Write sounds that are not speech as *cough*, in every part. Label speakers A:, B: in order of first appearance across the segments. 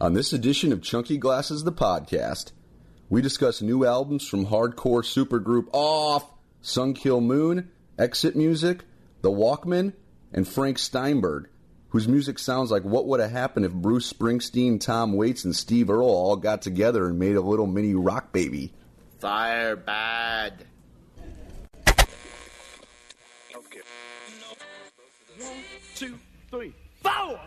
A: On this edition of Chunky Glasses, the podcast, we discuss new albums from hardcore supergroup Off, Sunkill Moon, Exit Music, The Walkmen, and Frank Steinberg, whose music sounds like what would have happened if Bruce Springsteen, Tom Waits, and Steve Earle all got together and made a little mini rock baby.
B: Fire bad.
C: two, three, four.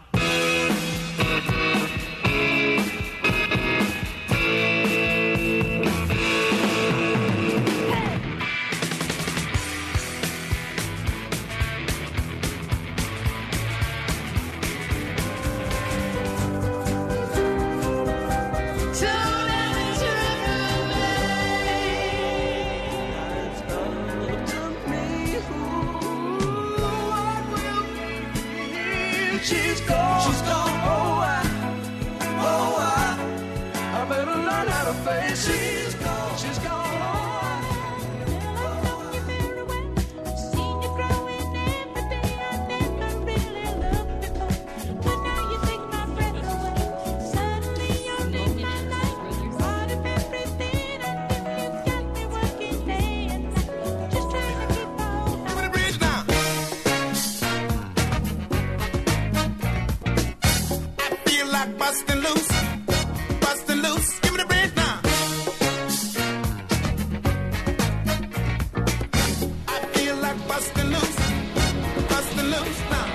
D: She's gone. She's gone. Oh, I, oh, I, I better learn how to face. She's gone. She's gone. Oh,
E: feel like busting loose, busting loose. Give me the bridge now. I feel like busting loose, busting loose now.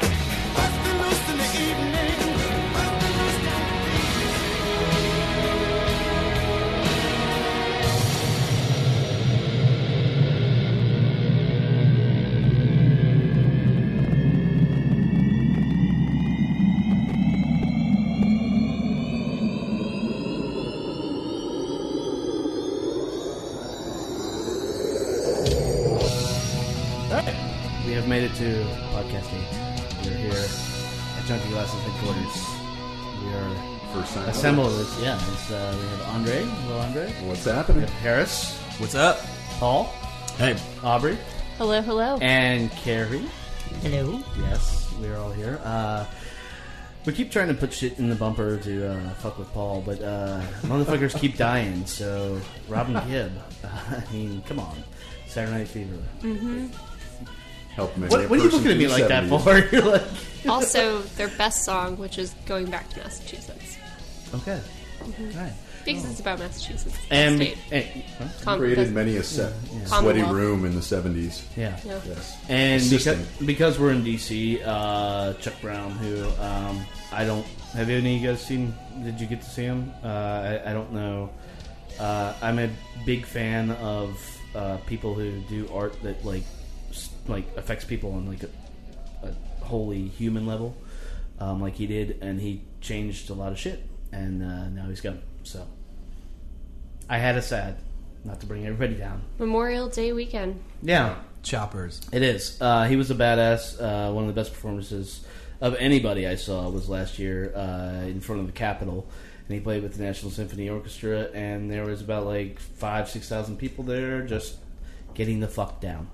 E: Busting loose in the evening. bustin' loose in the
F: We have made it to podcasting. We're here at Junkie Glasses headquarters. We are
A: First time.
F: assembled. With, yeah, it's, uh, we have Andre. Hello, Andre.
A: What's
F: We
A: happening?
F: have Harris,
G: What's up?
F: Paul. Hey. Aubrey.
H: Hello, hello.
F: And Carrie.
H: Hello.
F: Yes, we are all here. Uh, we keep trying to put shit in the bumper to uh, fuck with Paul, but uh, *laughs* motherfuckers keep dying. So Robin Gibb, *laughs* I mean, come on, Saturday Night Fever.
I: Mm-hmm.
A: Help me.
F: What, what are you looking at me like that for? *laughs* You're like,
H: also, their best song, which is Going Back to Massachusetts. Mm-hmm.
F: okay, okay.
H: Because it's about Massachusetts.
F: And,
H: state.
F: and- huh?
H: Com-
A: Created
H: the-
A: many a set, sweaty
H: Commonwealth.
A: room in the 70s.
F: yeah.
H: yeah.
A: Yes.
F: And because,
A: Assistant.
F: because we're in DC, uh, Chuck Brown, who um, I don't have any of you guys seen? Did you get to see him? Uh, I, I don't know. Uh, I'm a big fan of uh, people who do art that like s- like affects people on like a, a wholly human level, um, like he did, and he changed a lot of shit, and uh, now he's gone. So I had a sad, not to bring everybody down.
H: Memorial Day weekend.
F: Yeah,
G: Choppers.
F: it is. Uh, he was a badass. Uh, one of the best performances of anybody I saw was last year uh, in front of the Capitol, and he played with the National Symphony Orchestra, and there was about like five, six thousand people there, just getting the fuck down.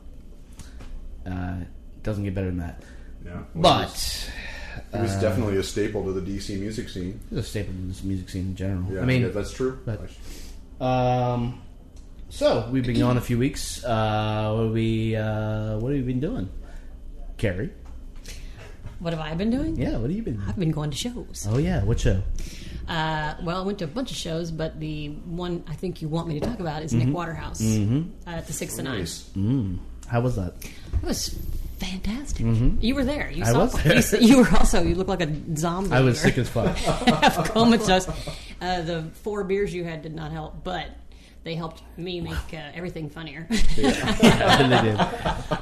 F: Uh, doesn't get better than that.
A: Yeah.
F: But uh,
A: He was definitely a staple to the DC music scene.
F: it's a staple of this music scene in general.
A: Yeah,
F: I mean,
A: yeah, that's true.
F: but- um, so we've been gone a few weeks. Uh, what we uh, what have you been doing, Carrie?
I: What have I been doing?
F: Yeah, what have you been? doing?
I: I've been going to shows.
F: Oh yeah, what show?
I: Uh, well, I went to a bunch of shows, but the one I think you want me to talk about is
F: Mm-hmm.
I: Nick Waterhouse uh, at the Six to Nine.
A: Nice.
F: Mm. How was that?
I: It was fantastic. You were there. You
F: Mm-hmm. I
I: saw.
F: was there.
I: *laughs* You, s- you were also. You looked like a zombie.
F: I was
I: You were *laughs*
F: sick as fuck.
I: half comatose. Uh, the four beers you had did not help, but they helped me make uh, everything funnier.
F: *laughs*
I: *laughs*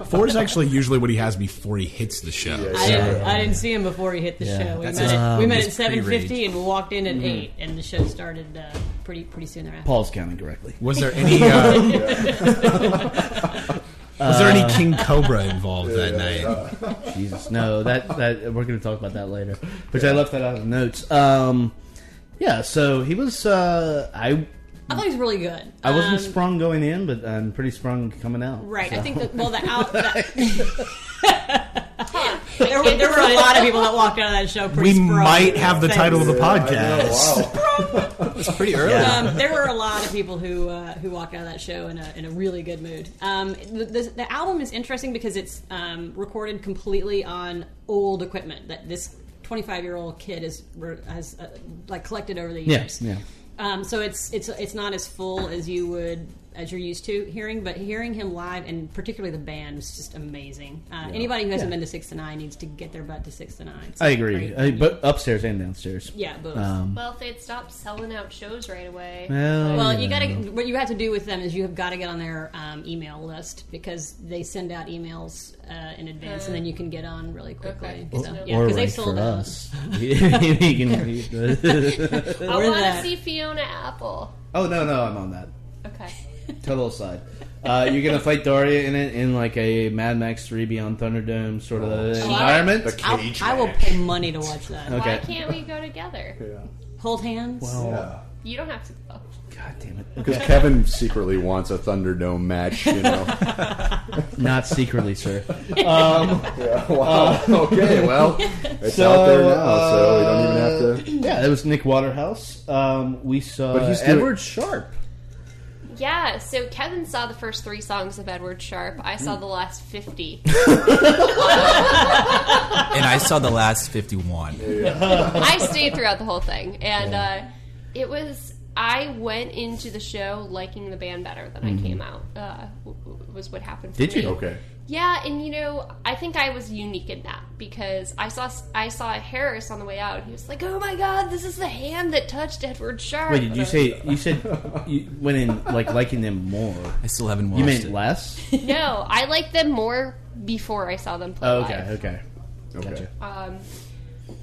G: Four is actually usually what he has before he hits the show.
I: I, didn't, I didn't see him before he hit the
F: Yeah. Um,
I: show. We
G: That's
I: met, at,
G: his-
I: we met at
G: his
I: seven fifty
G: pre-rage. Mm-hmm.
I: and walked in at
F: Mm-hmm.
I: eight, and the show started uh, pretty pretty soon thereafter.
F: Paul's counting correctly.
G: Was
I: *laughs*
G: there any? Uh, was there any King Cobra involved that night?
F: Uh, *laughs* Jesus, no, that that we're going to talk about that later. Which I left that out of the notes. Um, yeah, so he was. Uh, I
I: I thought he was really good.
F: I wasn't
I: Um,
F: sprung going in, but I'm pretty sprung coming
G: *laughs*
F: out.
I: Right. I
F: so.
I: think that well the out the, There were, *laughs* there were a lot of people that walked out of that show. Pretty
G: We
I: sprung.
G: might have the
I: Thanks.
G: title of the podcast.
J: It's pretty early.
I: Um, there were a lot of people who uh, who walked out of that show in a, in a really good mood. Um, the, the, the album is interesting because it's um, recorded completely on old equipment that this 25 year old kid is has uh, like collected over the years.
F: Yes. Yeah.
I: Um, so it's it's it's not as full as you would as you're used to hearing, but hearing him live and particularly the band was just amazing. Uh, Anybody who hasn't
F: Yeah.
I: been to Six to Nine needs to get their butt to Six to Nine. It's
F: *laughs* I agree.
I: great.
F: I, Um, but upstairs and downstairs.
I: yeah, both.
H: Well, if they'd stopped selling out shows right away.
F: Well,
I: Well,
F: yeah.
I: you got to. What you have to do with them is you have got to get on their um, email list because they send out emails uh, in advance, and then you can get on really quickly.
H: Okay. Well,
I: So,
H: or
I: yeah,
F: or
I: because
F: right
I: they've sold
F: for
I: out.
F: us. *laughs* You can-
I: *laughs*
H: I want to
I: that.
H: see Fiona Apple.
F: oh no, no, I'm on that.
H: Okay.
F: *laughs* Total aside. Uh, you're gonna fight Daria in it in like a Mad Max 3 Beyond Thunderdome sort of
A: Oh.
F: environment.
J: The
I: I'll-
J: cage.
I: I will
J: match.
I: pay money to watch that.
F: Okay.
H: Why can't we go *laughs* together?
I: Hold hands.
F: Oh,
H: You don't have to go.
F: God
H: *laughs*
F: damn it!
A: Because Kevin secretly wants a Thunderdome match, you know.
F: *laughs* Not
A: *laughs*
F: secretly, sir. Um,
H: *laughs*
A: wow. okay, well, it's
F: uh, *laughs* so, uh,
A: out there now, so we don't even have to.
F: Yeah, that was Nick Waterhouse. Um, we saw
A: But he's doing-
F: Edward Sharp.
H: Yeah, so Kevin saw the first three songs of Edward Sharp. I
F: Hmm.
H: saw the last 50.
J: and I saw the last 51.
H: *laughs* I stayed throughout the whole thing. And uh, it was, I went into the show liking the band better than I came out, uh, w- w- was what happened for
F: Mm-hmm. Did you?
H: me.
A: Okay.
H: Yeah, and you know, I think I was unique in that because I saw I saw Harris on the way out. He was like, "Oh my God, this is the hand that touched Edward Sharp."
F: Wait, did
H: And I
F: you
H: was
F: say
A: *laughs*
F: you said you went in like liking them more?
J: I still haven't watched
F: You meant
J: it.
H: *laughs*
F: less?
H: like, *laughs* no? I liked them more before I saw them play.
F: Oh,
H: live.
F: okay, okay.
A: Okay.
F: Gotcha.
H: Um,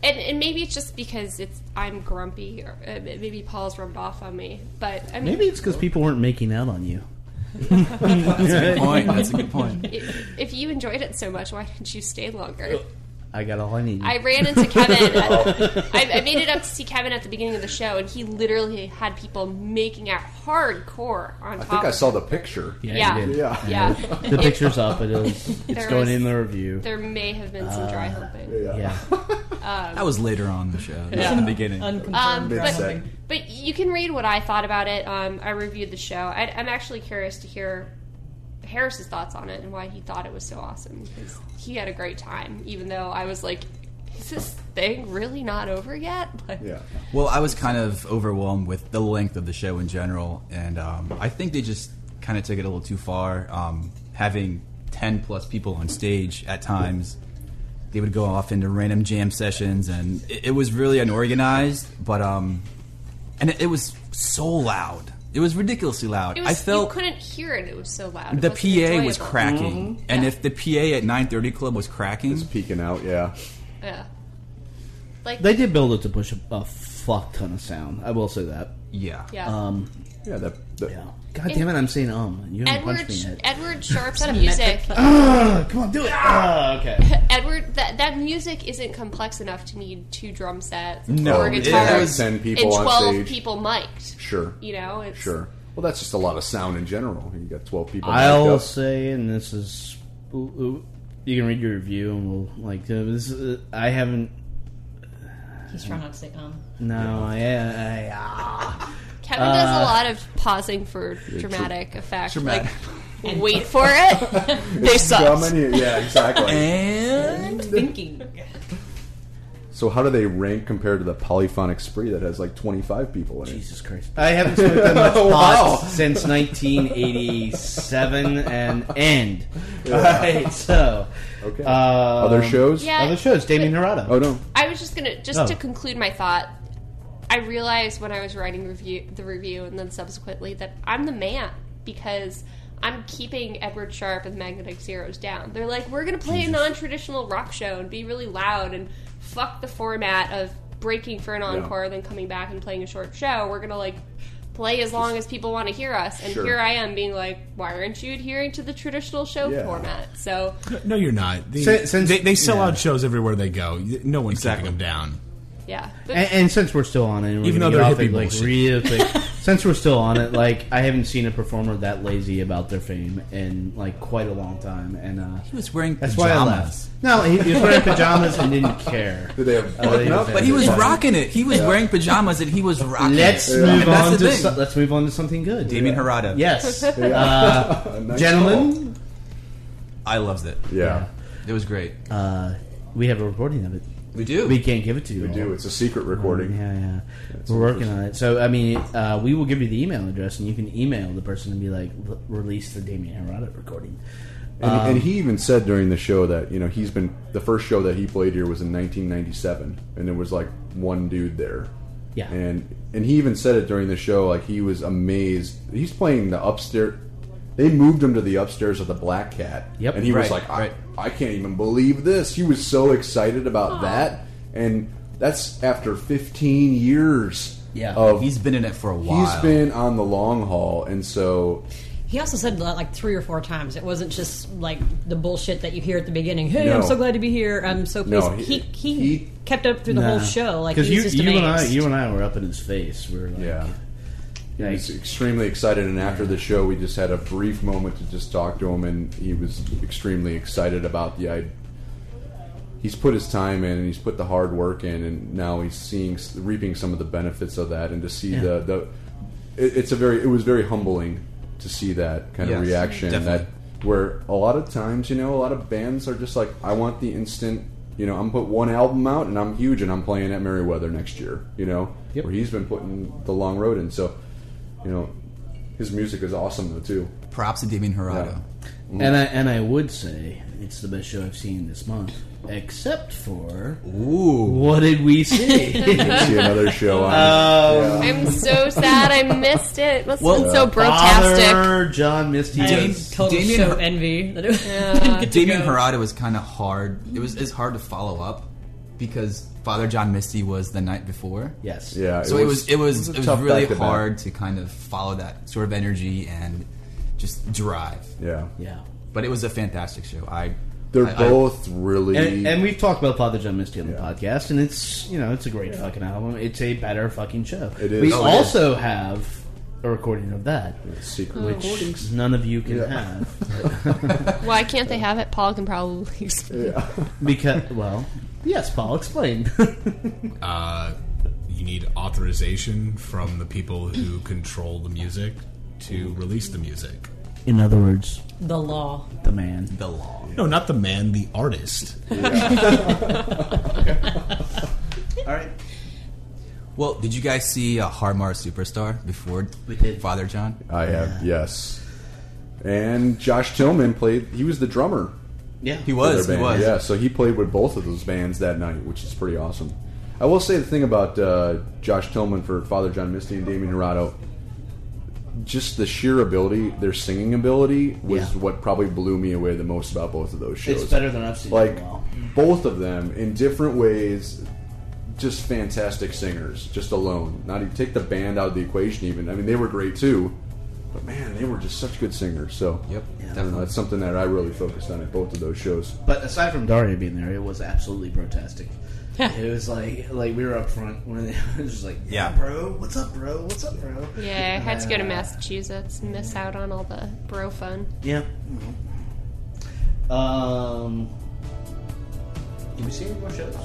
H: and, and maybe it's just because it's I'm grumpy, or uh, maybe Paul's rubbed off on me. But I mean,
F: Maybe it's because people weren't making out on you. *laughs*
J: Good point. That's a good point.
H: *laughs* if, if you enjoyed it so much, why didn't you stay longer?
F: I got all I need.
H: I ran into
F: *laughs*
J: *laughs*
H: Kevin. I, I made it up to see Kevin at the beginning of the show, and he literally had people making out hardcore on
A: I
H: top.
A: think I
H: of
A: saw
H: him.
A: the picture.
H: Yeah.
F: you did.
A: Yeah.
H: Yeah,
F: The picture's up. It is. It's
H: There
F: going
H: was-
F: in the review. Uh,
H: there may have been some dry humping.
F: Yeah.
J: That was later on in the show. That's in the beginning.
H: Um,
A: Big
H: but,
A: set.
H: but you can read what I thought about it. Um, I reviewed the show. I, I'm actually curious to hear Harris's thoughts on it and why he thought it was so awesome. Because he had a great time, even though I was like, "Is this thing really not over yet?" *laughs* Like,
A: Yeah.
J: Well, I was kind of overwhelmed with the length of the show in general, and um, I think they just kind of took it a little too far. Um, having ten plus people on stage at times, they would go off into random jam sessions, and it, it was really unorganized. But um, and it, it was so loud; it was ridiculously loud.
H: It was,
J: I
H: you
J: felt
H: couldn't hear it. It was so loud. It
J: the PA
H: wasn't
J: was
H: enjoyable.
J: cracking,
H: Mm-hmm.
J: and if the PA at nine thirty club was cracking,
A: Peeking out, yeah.
H: Mm-hmm. Yeah. Like
F: They did build it to push a, a fuck ton of sound. I will say that.
J: yeah,
H: yeah.
F: Um,
A: Yeah, the, the,
F: yeah. God damn it! I'm saying um. and You haven't
H: Edward
F: punched me yet. *laughs*
H: Edward Sharp's music.
F: Ah, come on, do it. Ah, okay.
H: Edward that that music isn't complex enough to need two drum sets
J: No,
H: or
J: it-
H: guitars
J: it's
A: ten people
H: and
A: on
H: twelve
A: stage.
H: people mic'd.
A: Sure.
H: You know, it's
A: Sure. Well, that's just a lot of sound in general. You got 12 people. lined
F: I'll
A: up.
F: say, and this is, ooh, ooh, you can read your review, and we'll like. Uh, this is, I haven't.
I: He's trying not to say um.
F: No, I, I, ah.
H: Kevin does a lot of pausing for dramatic effect.
J: Dramatic.
H: Like wait for it. they
A: How
H: suck.
A: many? Yeah, exactly.
J: and
I: Thinking.
A: so, how do they rank compared to the polyphonic spree that has like 25 people in it? *laughs*
F: Jesus Christ! I haven't smoked that much pot since 1987 and end. All right, so
A: Okay.
F: um,
A: Other shows?
H: Yeah.
F: other shows. Damien Hirata.
A: Oh, no.
H: I was just gonna just
F: Oh.
H: to conclude my thought. I realized when I was writing review the review and then subsequently that I'm the man because I'm keeping Edward Sharp and Magnetic Zeros down. They're like, we're gonna play a non-traditional rock show and be really loud and fuck the format of breaking for an encore and then coming back and playing a short show. We're gonna like play as long as people want to hear us. And
A: Sure.
H: here I am being like, why aren't you adhering to the traditional show
A: Yeah.
H: format? So
G: No, you're not. They,
F: Since- since-
G: they, they sell
F: yeah.
G: out shows everywhere they go. No one's
J: Exactly.
G: taking them down.
H: Yeah. But-
F: And, and since we're still on it, and we're
G: Even
F: gonna
G: though
F: get
G: they're
F: off it,
G: hippie
F: like
G: bullshit.
F: real quick,
J: *laughs*
F: since we're still on it, like I haven't seen a performer that lazy about their fame in like quite a long time, and uh,
J: He was wearing
F: that's
J: pajamas.
F: why I left. No, he, he was wearing pajamas and didn't care.
A: Did they have
F: Uh,
A: button
F: they
A: up?
F: just-
J: But he was
F: Yeah.
J: rocking it. He was wearing pajamas and he was rocking
F: Let's
J: it.
F: move
J: And that's
F: on
J: the
F: to
J: thing.
F: so- let's move on to something good.
J: Damien Hirata.
A: *laughs*
J: *laughs*
F: Yes, Uh,
A: A *laughs* nice
F: gentlemen,
J: I loved it.
A: call. Yeah.
J: It was great.
F: uh, we have a recording of it.
J: We do.
F: We can't give it to you.
A: We
F: all.
A: do. It's a secret recording.
F: Yeah, yeah. We're working on it. So, I mean, uh, we will give you the email address, and you can email the person and be like, "L- release the Damien Hirata recording. Um,
A: And,
J: Um,
A: and he even said during the show that you know he's been the first show that he played here was in 1997, and there was like one dude there,
F: Yeah.
A: and and he even said it during the show like he was amazed. He's playing the upstairs. They moved him to the upstairs of the Black Cat,
F: Yep.
A: and he was
J: Right,
A: like, I,
J: right.
A: I can't even believe this. He was so excited about that, and that's after 15 years.
F: Yeah.
A: of
J: He's been in it for a while.
A: he's been on the long haul, and so
I: He also said that like three or four times. It wasn't just like the bullshit that you hear at the beginning. Hey, I'm
A: No.
I: so glad to be here. I'm so
A: No,
I: pleased. he,
A: he-
I: he,
A: he-
I: kept up through the whole show. Like
F: because
I: he
F: you,
I: was just
F: you and I,
I: amazed.
F: you and I were up in his face. We are like,
A: yeah.
F: like,
A: He's extremely excited, and after the show, we just had a brief moment to just talk to him, and he was extremely excited about the idea. He's put his time in, and he's put the hard work in, and now he's seeing, reaping some of the benefits of that, and to see the the, it, it's a very, it was very humbling to see that kind
J: Yes,
A: of reaction.
J: definitely.
A: That where a lot of times, you know, a lot of bands are just like, I want the instant, you know, I'm put one album out, and I'm huge, and I'm playing at Merriweather next year, you know,
F: Yep.
A: where he's been putting the long road in, so you know, his music is awesome though too.
J: Props to Damien Hirata.
A: Mm-hmm.
F: and I and I would say it's the best show I've seen this month, except for
J: Ooh.
F: what did
A: *laughs*
F: we see?
A: See another show on.
F: Um,
H: I'm so sad I missed it. Must
J: Well,
H: have been so brotastic.
F: Father John Misty.
J: Dame-
F: was-
I: total
J: Damien-
I: show envy. That it
F: *laughs*
I: didn't get to
J: Damien
I: go.
J: Hirata was kind of hard. It was it's hard to follow up because Father John Misty was the night before.
F: Yes.
A: yeah,
J: So it was it was
A: a
J: it was,
A: tough
J: really
A: back-to-back.
J: hard to kind of follow that sort of energy and just drive.
A: Yeah,
F: Yeah.
J: But it was a fantastic show. I
A: they're
J: I- I-
A: both really.
F: And, and we've talked about Father John Misty on the podcast, and it's you know it's a great fucking album. It's a better fucking show.
A: It is.
F: We
A: Oh,
J: it is.
F: also have a recording of that,
A: secret
F: which none of you can
A: *laughs*
F: have
H: Why can't they have it? Paul can probably *laughs* explain.
F: because well, yes, Paul, explain. *laughs*
G: Uh, you need authorization from the people who control the music to release the music.
F: In other words,
I: *laughs* the law.
F: the man.
J: the law.
G: No, not the man, the artist.
F: All right,
J: Well, did you guys see uh, Harmar Superstar before
F: We did.
J: Father John?
A: I have yes. And Josh Tillman played. He was the drummer.
F: yeah,
J: He
A: for their
J: was. He
A: band.
J: was.
A: Yeah, so he played with both of those bands that night, which is pretty awesome. I will say the thing about uh, Josh Tillman for Father John Misty and Damien Hirado, just the sheer ability, their singing ability, was
F: Yeah.
A: what probably blew me away the most about both of those shows.
F: It's better than I've seen. in a
A: like
F: while.
A: both of them in different ways just fantastic singers just alone not even take the band out of the equation even i mean they were great too but man they were just such good singers so
J: Yep,
A: I don't know,
J: definitely.
A: that's something that i really focused on at both of those shows
F: But aside from Daria being there, it was absolutely brotastic. it was like like we were up front when they it *laughs* was just like
J: Yeah.
F: bro, what's up, bro, what's up, bro.
H: Yeah, I had to go to Massachusetts and miss out on all the bro fun.
F: Yeah. Um. Did we see any more *laughs* shows?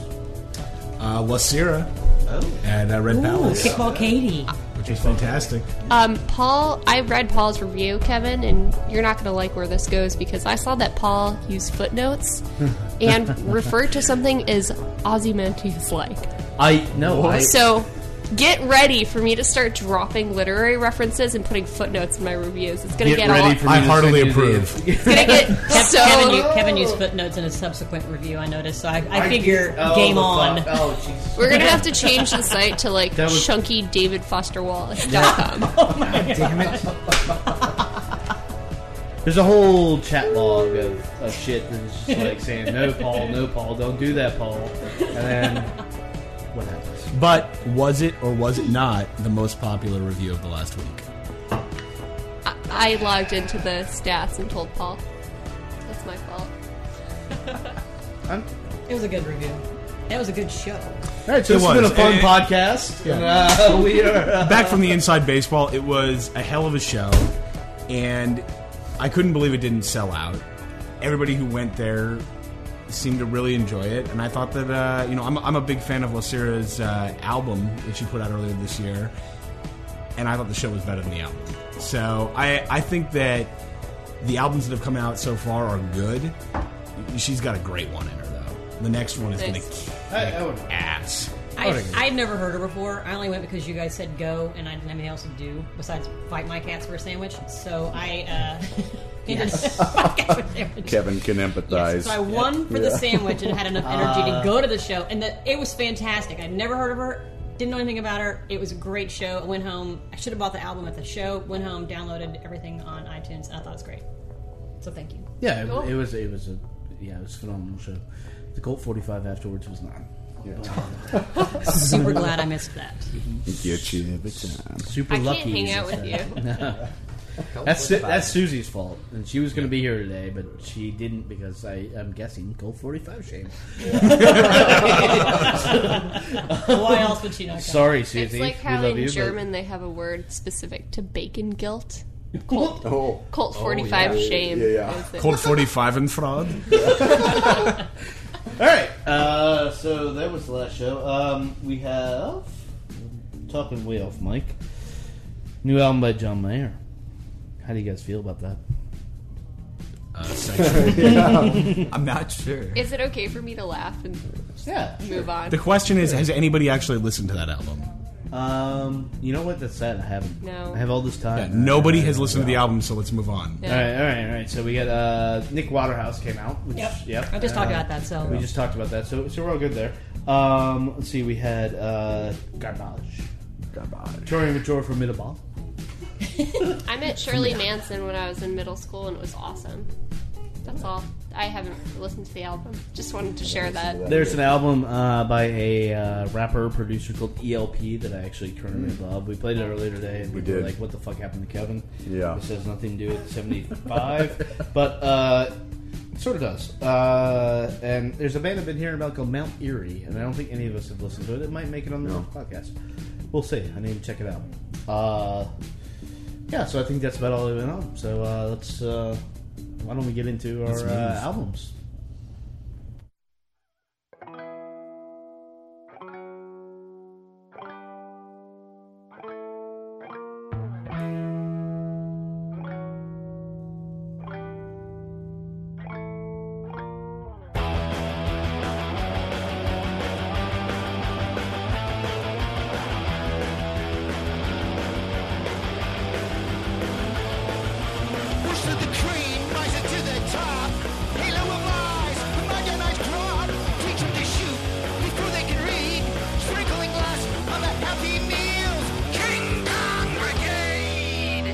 G: Uh, Wasira
F: Oh.
G: at uh, Red Palace,
I: Kickball Katie.
G: which is fantastic.
H: Um, Paul, I read Paul's review, Kevin, and you're not going to like where this goes because I saw that Paul used footnotes
F: *laughs*
H: and referred to something as Ozymandias like.
F: I no. I,
H: So get ready for me to start dropping literary references and putting footnotes in my reviews. It's going to
F: get,
H: get, all,
F: ready for me
G: I
F: to
G: heartily
F: send you the-
H: it's going to get
I: Kev-
H: so
I: Kevin, u- Kevin used footnotes in a subsequent review. I noticed, so I, I figure
F: Oh,
I: game
F: the
I: on.
F: fuck. Oh Jesus. *laughs*
H: We're gonna have to change the site to like
F: That was-
H: chunky David Foster Wallace.com.
F: Damn it. There's a whole chat log of, of shit that's just like saying, no, Paul, no, Paul, don't do that, Paul. And then, what happens?
G: But was it or was it not the most popular review of the last week?
H: I logged into the stats and told Paul. That's my fault.
I: It was a good review. That was a good show.
F: All right, so this has been a fun podcast. And, uh, we are uh,
K: back from the inside baseball. It was a hell of a show, and I couldn't believe it didn't sell out. Everybody who went there seemed to really enjoy it, and I thought that uh, you know I'm, I'm a big fan of Lacera's uh, album that she put out earlier this year, and I thought the show was better than the album. So I I think that the albums that have come out so far are good. She's got a great one in her though. The next one is going to
I: Thanks.
K: kick
I: I- I would-
K: ass.
I: I, I'd never heard her before. I only went because you guys said go, and I didn't have anything else to do besides fight my cats for a sandwich. So I, uh, *laughs*
A: Yes.
I: my cats for a sandwich.
A: Kevin can empathize.
I: So I won for the
A: Yeah.
I: sandwich and had
H: *laughs*
I: enough energy
H: Ah.
A: Uh,
I: to go to the show, and the, it was fantastic. I'd never heard of her, didn't know anything about her. It was a great show. I went home. I should have bought the album at the show. Went home, downloaded everything on iTunes, and I thought it was great. So thank you.
F: yeah,
I: Cool.
F: it, it was it was a yeah, it was a phenomenal show. The Colt 45 afterwards was not.
I: *laughs* Super glad I missed that.
A: Get you every time.
F: Super
H: I can't
F: lucky.
H: hang
F: is
H: out
F: it
H: with
F: said.
H: you.
F: No. *laughs*
H: Colt
F: that's Su-
H: 45.
F: that's Susie's fault, and she was going to be here today, but she didn't because I, I'm guessing Colt 45 shame.
I: *laughs*
H: *laughs*
I: Why else would she not come?
F: Sorry, Susie.
H: It's like
F: we
H: how
F: love
H: in
F: you, but-
H: German they have a word specific to
F: *laughs*
H: bacon guilt. Colt,
K: Oh.
H: Colt
K: Oh,
H: 45
K: yeah.
H: shame.
K: Yeah, yeah.
H: That's it.
K: Cold 45 and
F: *laughs*
K: fraud.
F: All right. Uh, so that was the last show. Um, we have talking way off mic. New album by John Mayer. How do you guys feel about that?
G: Uh,
F: *laughs*
J: I'm not sure.
H: Is it okay for me to laugh and just
F: Yeah,
H: move on?
K: The question is, has anybody actually listened to that album?
F: Um, you know what? That's sad. I haven't.
H: No.
F: I have all this
K: Yeah,
F: time.
K: nobody has listened to the album, so let's move on.
F: All right, all right, all right. So we got uh, Nick Waterhouse came out. Which,
I: Yep.
F: yep. Uh,
I: I just talked about that, so-
F: we just talked about that. So so we're all good there. Um, let's see. We had uh, garbage. Garbage. Touring with Jor Formidable.
H: I met Shirley Manson when I was in middle school, and it was awesome. That's all. I haven't listened to the album. Just wanted to share that.
F: There's an album uh, by a uh, rapper producer called ELP that I actually currently
A: Mm.
F: love. We played it earlier today, and we,
A: We
F: were
A: did.
F: like, "What the fuck happened to Kevin?"
A: Yeah.
F: this has nothing to do with '75, *laughs* but uh, it sort of does. Uh, and there's a band I've been hearing about called Mount Erie, and I don't think any of us have listened to it. It might make it on the
A: No.
F: podcast. We'll see. I need to check it out. Uh, yeah, so I think that's about all I went on. So uh, let's. Uh, why don't we get into
K: Let's
F: our
K: move.
F: uh, albums?
D: Push to the cream, rise it to the top. Halo of lies, homogenized fraud. Teach 'em to shoot before they can read. Sprinkling lust on the happy meals. King Kong Brigade.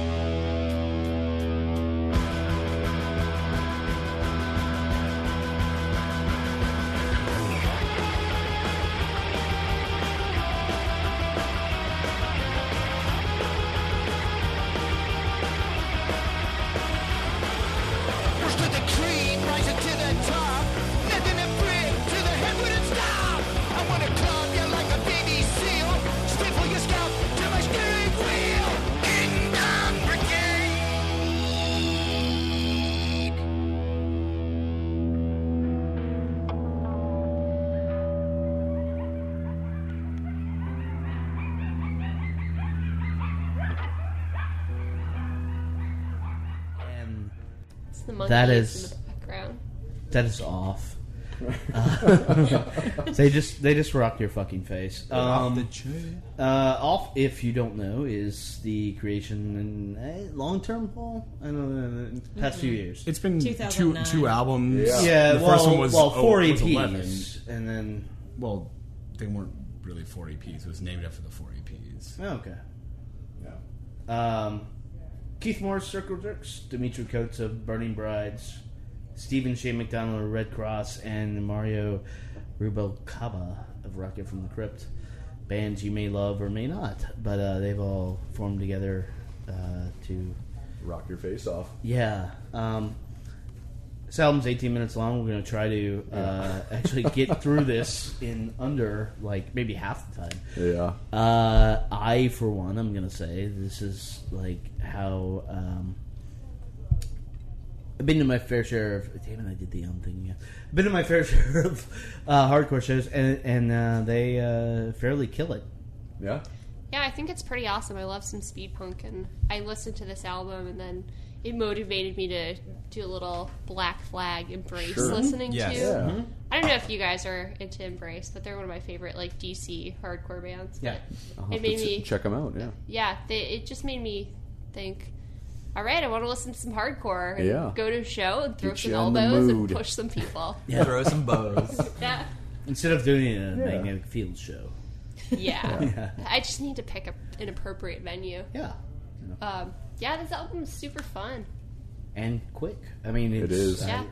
D: Push to the cream, rise it to the top. Nothing to bring to the head wouldn't stop. I wanna club you like a baby seal. Stifle your scalp to my steering wheel. King Kong Brigade.
F: And
H: It's the monkeys
F: that is
H: in the background.
F: that is off.
K: *laughs*
F: Uh, *laughs* they just they just rock your fucking face.
J: Get off
F: Um,
J: the chair.
F: uh, off, if you don't know, is the creation and eh, long term haul. I don't know. the Past few
H: Mm-hmm.
K: Mhm.
F: years,
K: It's been two- 2009. two albums.
F: Yeah,
K: Yeah.
F: the
K: The
F: well,
K: first one was-
F: well,
K: oh,
F: four E
K: was
F: EPs,
K: 11.
F: and then
K: well, they weren't really four EPs. It was named after the four E EPs.
F: Oh, okay. Um, Keith Morris, Circle Jerks, Dimitri Coates of Burning Brides, Stephen Shea McDonald of Red Cross, and Mario Rubalcaba of Rocket from the Crypt. Bands you may love or may not, but uh, they've all formed together uh, to
A: Rock your face off.
F: yeah. Um, This album's 18 minutes long. We're going to try to uh, actually
A: *laughs*
F: get through this in under like maybe half the time.
A: Yeah.
F: Uh, I, for one, I'm going to say this is like how um, I've been to my fair share of. Damn it, I did the um thing again. I've been to my fair *laughs* share of uh, hardcore shows, and and uh, they uh, fairly kill it.
A: Yeah.
H: Yeah, I think it's pretty awesome. I love some speed punk, and I listened to this album, and then it motivated me to do a little Black Flag Embrace
A: Sure. Mhm.
H: listening
A: Yes.
H: to.
A: Yeah. Mhm.
H: I don't know if you guys are into Embrace, but they're one of my favorite like DC hardcore bands.
A: Yeah.
H: but
A: I'll have
H: it made
A: to
H: me
A: ch- check them out. Yeah.
H: yeah, they, it just made me think. All right, I want to listen to some hardcore. And
A: Yeah.
H: Go to a show and throw
A: Get
H: some
A: you in the
H: elbows and
A: mood.
H: push some people.
F: *laughs* Yeah.
J: Throw some bows.
H: *laughs* yeah.
F: *laughs* Instead of doing a
H: Yeah.
F: magnetic field show.
H: Yeah.
F: Yeah.
H: I just need to pick a, an appropriate venue.
F: *laughs* Yeah.
H: Um, yeah, this album's super fun.
F: and quick. I mean,
A: It
F: it's,
A: is.
F: I
H: Yeah.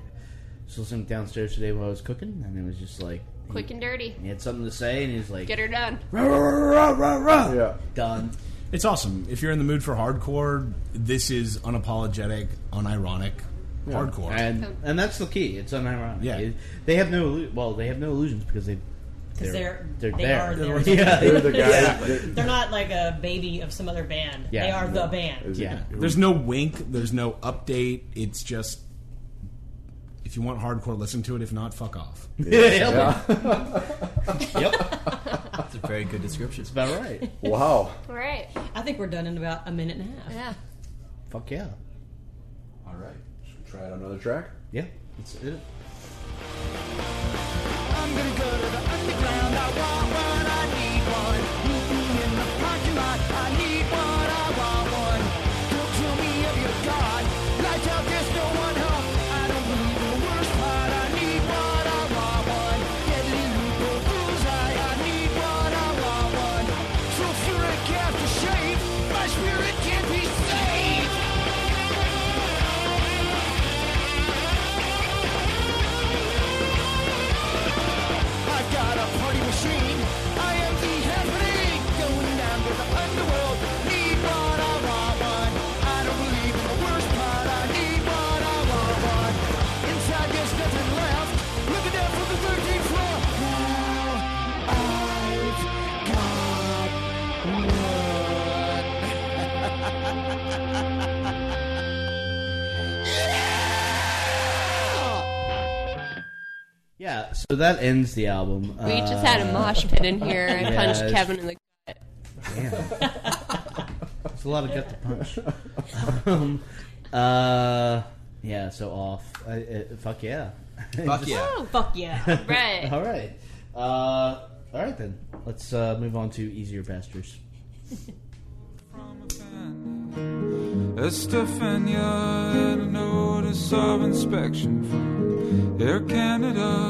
F: was listening downstairs today while I was cooking, and it was just like
H: Quick and dirty.
F: he had something to say, and he's like,
H: Get her done.
A: Yeah.
F: Done.
K: It's awesome. If you're in the mood for hardcore, this is unapologetic, unironic
F: Yeah.
K: hardcore.
F: and and that's the key. It's unironic.
K: Yeah.
F: It- they have no illu- well, they have no illusions because they. Because
I: they're,
F: they're
I: they
F: there.
I: are their
F: *laughs* yeah.
I: band.
F: Yeah.
I: They're not like a baby of some other band.
K: Yeah.
I: They are the
K: No.
I: band.
K: There's no wink. There's no update. It's just if you want hardcore, listen to it. If not, fuck off.
F: *laughs* Yeah. *laughs*
J: That's a very good description. It's
F: about right.
A: Wow.
H: All right.
I: I think we're done in about a minute and a half.
H: Yeah.
F: Fuck yeah.
A: All right. Should we try out another track?
F: Yeah. That's it.
D: I'm gonna go to the underground. I want what I need one. Meet me in the parking lot. I need what I want one. Don't tell me of your God. Lights out, there's no one home. I don't believe the worst part. I need what I want one. Deadly loophole bullseye. I need what I want one. Sulfuric aftershave. My spirit can't be saved. I've got a party machine. I am the happening. Going down to the underworld. Need what I want one. I don't believe in the worst part. I need what I want one. Inside there's nothing left. Looking down from the 13th floor. Now I've got one. yeah!
F: Yeah. So that ends the album. Uh,
H: We just had a
K: Uh,
H: mosh pit in here and punched Kevin in the gut. *laughs*
F: *laughs* It's a lot of gut to
A: *laughs*
F: punch. um, uh, yeah. So off. I, uh, fuck yeah. *laughs*
J: Fuck yeah.
I: Woo, fuck yeah.
H: Right.
F: all right. Uh, all right then. Let's uh, move on to easier pastures.
L: Estefania had a notice of inspection from Air Canada.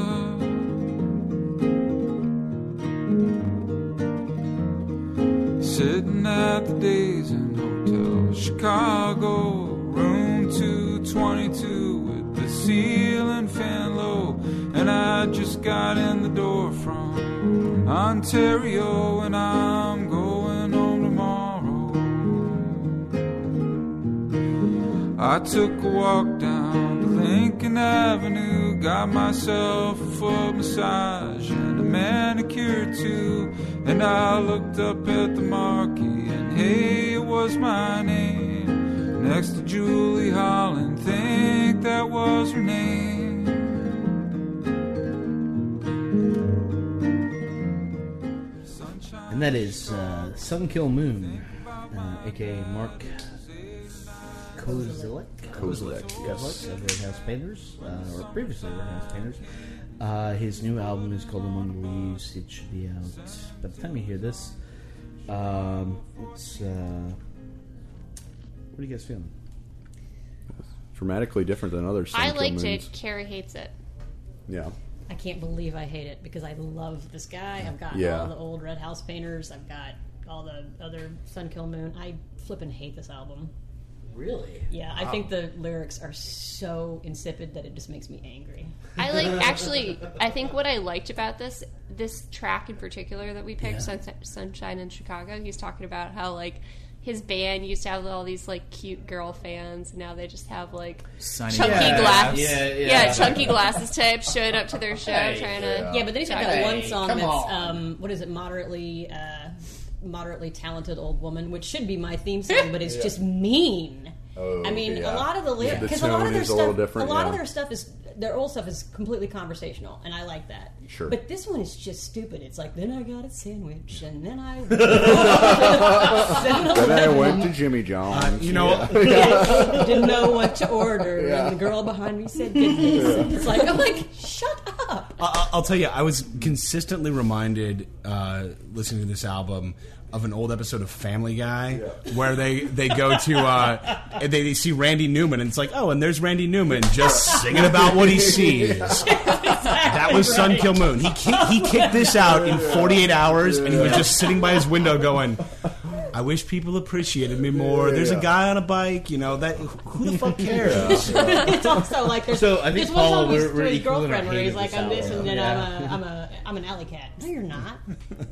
L: Sitting at the Days Inn Hotel, Chicago, room 222 with the ceiling fan low. And I just got in the door from Ontario, and I'm going home tomorrow. I took a walk down to Lincoln Avenue, got myself a foot massage and a manicure too. And I looked up at the marquee, and hey, it was my name. Next to Julie Holland, think that was her name.
F: And that is uh, Sunkill Moon, uh, aka Mark Kozilek.
A: Kozilek, yes.
F: Of Roadhouse Painters, uh, or previously Roadhouse Painters. Uh, his new album is called Among the Leaves. It should be out by the time you hear this. Um, it's. Uh, what are you guys feeling?
A: Dramatically different than others.
H: I liked it. Carrie hates it. *laughs*
A: Yeah.
I: I can't believe I hate it because I love this guy. I've got
A: Yeah.
I: all the old Red House painters. I've got all the other Sunkill Moon. I flippin' hate this album.
F: Really?
I: Yeah, I think the lyrics are so insipid that it just makes me angry.
H: I like actually. *laughs* I think what I liked about this this track in particular that we picked,
I: Yeah.
H: Sun- Sunshine in Chicago. He's talking about how like his band used to have all these like cute girl fans, and now they just have like
J: Sunny
H: chunky
J: Yeah,
H: glass,
J: yeah, yeah.
H: chunky glasses types showing up to their show
I: Hey,
H: trying
I: yeah.
H: to
I: but then he's got that
H: Hey,
I: one song
H: come
I: that's
H: on.
I: um, what is it? Moderately, uh, moderately talented old woman, which should be my theme song, but it's
A: Yeah.
I: just mean.
A: Oh,
I: I mean, a
A: yeah.
I: lot of the lyrics,
A: Yeah, the
I: because a lot
A: tone
I: of their
A: is a
I: stuff,
A: little different,
I: lot of
A: yeah.
I: their stuff is their old stuff is completely conversational, and I like that.
A: Sure.
I: But this one is just stupid. It's like then I got a sandwich, and then
A: *laughs*
I: I.
A: Then I
I: *laughs*
A: went to
F: Uh,
A: Jimmy John's.
K: you know-
A: *laughs* Yeah.
I: Didn't know what to order,
A: Yeah.
I: and the girl behind me said, "Get this."
K: Yeah.
I: It's like I'm like, shut up.
K: I- I'll tell you, I was consistently reminded uh, listening to this album of an old episode of Family Guy where they, they go to uh, and they, they see Randy Newman and it's like, oh, and there's Randy Newman just singing
D: *laughs*
K: about what
I: *laughs*
K: he sees. That was Sun *laughs* Kill Moon. He ki- he kicked this out in 48 hours and he was just sitting by his window going. I wish people appreciated me more.
F: Yeah,
K: There's
F: yeah.
K: a guy on a bike, you know that. Who the
F: *laughs*
K: fuck cares?
I: *laughs* it's also like there's
F: So, I think
I: there's one
F: Paul,
I: song with
F: we're- we're
I: his
F: equal in our
I: girlfriend where
F: hate
I: he's
F: of
I: like
F: this
I: I'm this and
F: album.
I: then
F: Yeah. *laughs*
I: I'm a I'm a I'm an alley cat. No, you're not.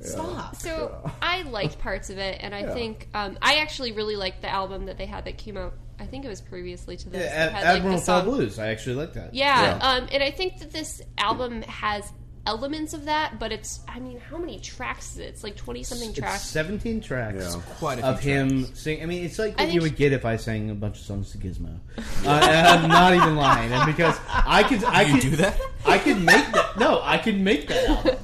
I: Stop.
H: So I liked parts of it, and I
I: Yeah.
H: think um, I actually really liked the album that they had that came out. I think it was previously to
F: Yeah,
H: this. that
F: Ad-
H: had, like, the
F: Admiral Fall
H: song-
F: Blues. I actually like that.
H: Yeah, Um, and I think that this album has elements of that, but it's I mean, how many tracks is it? It's like twenty something
F: It's
H: tracks.
F: Seventeen tracks
J: Quite a
F: of
J: few
F: him sing. I mean, it's like
H: I
F: what you
H: think-
F: would get if I sang a bunch of songs to
H: *laughs*
F: Gizmo. Uh, and I'm not even lying, and because I could, I could do that. I could make that. No, I could make that album.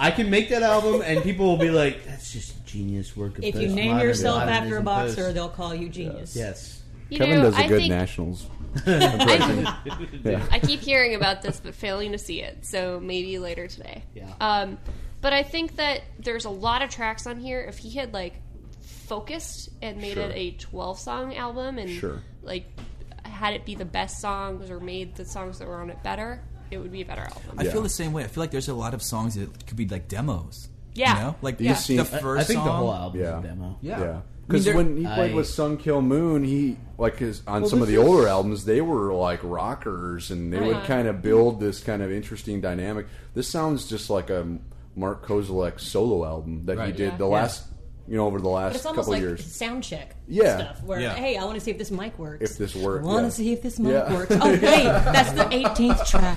F: I can make that album, and people will be like, "That's just genius work." Of
I: If you name
F: postmodern
I: yourself
F: modernism
I: after a boxer,
F: post."
I: they'll call you genius.
F: Yes.
H: You
A: Kevin
H: know,
A: does a
H: I
A: good
H: think-
A: nationals.
H: I, *laughs*
A: Yeah.
H: I keep hearing about this, but failing to see it. So maybe later today.
F: Yeah.
H: Um, but I think that there's a lot of tracks on here. If he had like focused and made
F: Sure.
H: it a 12 song album and
F: Sure.
H: like had it be the best songs or made the songs that were on it better, it would be a better album.
J: I feel the same way. I feel like there's a lot of songs that could be like demos.
H: Yeah.
J: You know? Like
H: Yeah.
J: the, the first song- Yeah.
A: Yeah.
J: I mean,
A: Because
J: there-
A: when he played with Sun Kill Moon, he like his on
J: Well,
A: some of
J: this
A: the
J: is-
A: older albums, they were like rockers, and they would
H: Uh-huh.
A: kind of build this kind of interesting dynamic. This sounds just like a Mark Kozelek solo album that he
I: Right.
A: did
I: Yeah.
A: the
I: Yeah.
A: last, you know, over the
I: But
A: last
I: it's almost
A: couple
I: like
A: years.
I: sound check
A: Yeah.
I: stuff where
A: Yeah.
I: hey, I want to see if this mic works. *laughs*
A: If this works,
I: I want to
A: yeah.
I: see if this mic
A: Yeah.
I: works.
A: *laughs*
I: Oh wait, that's the 18th track.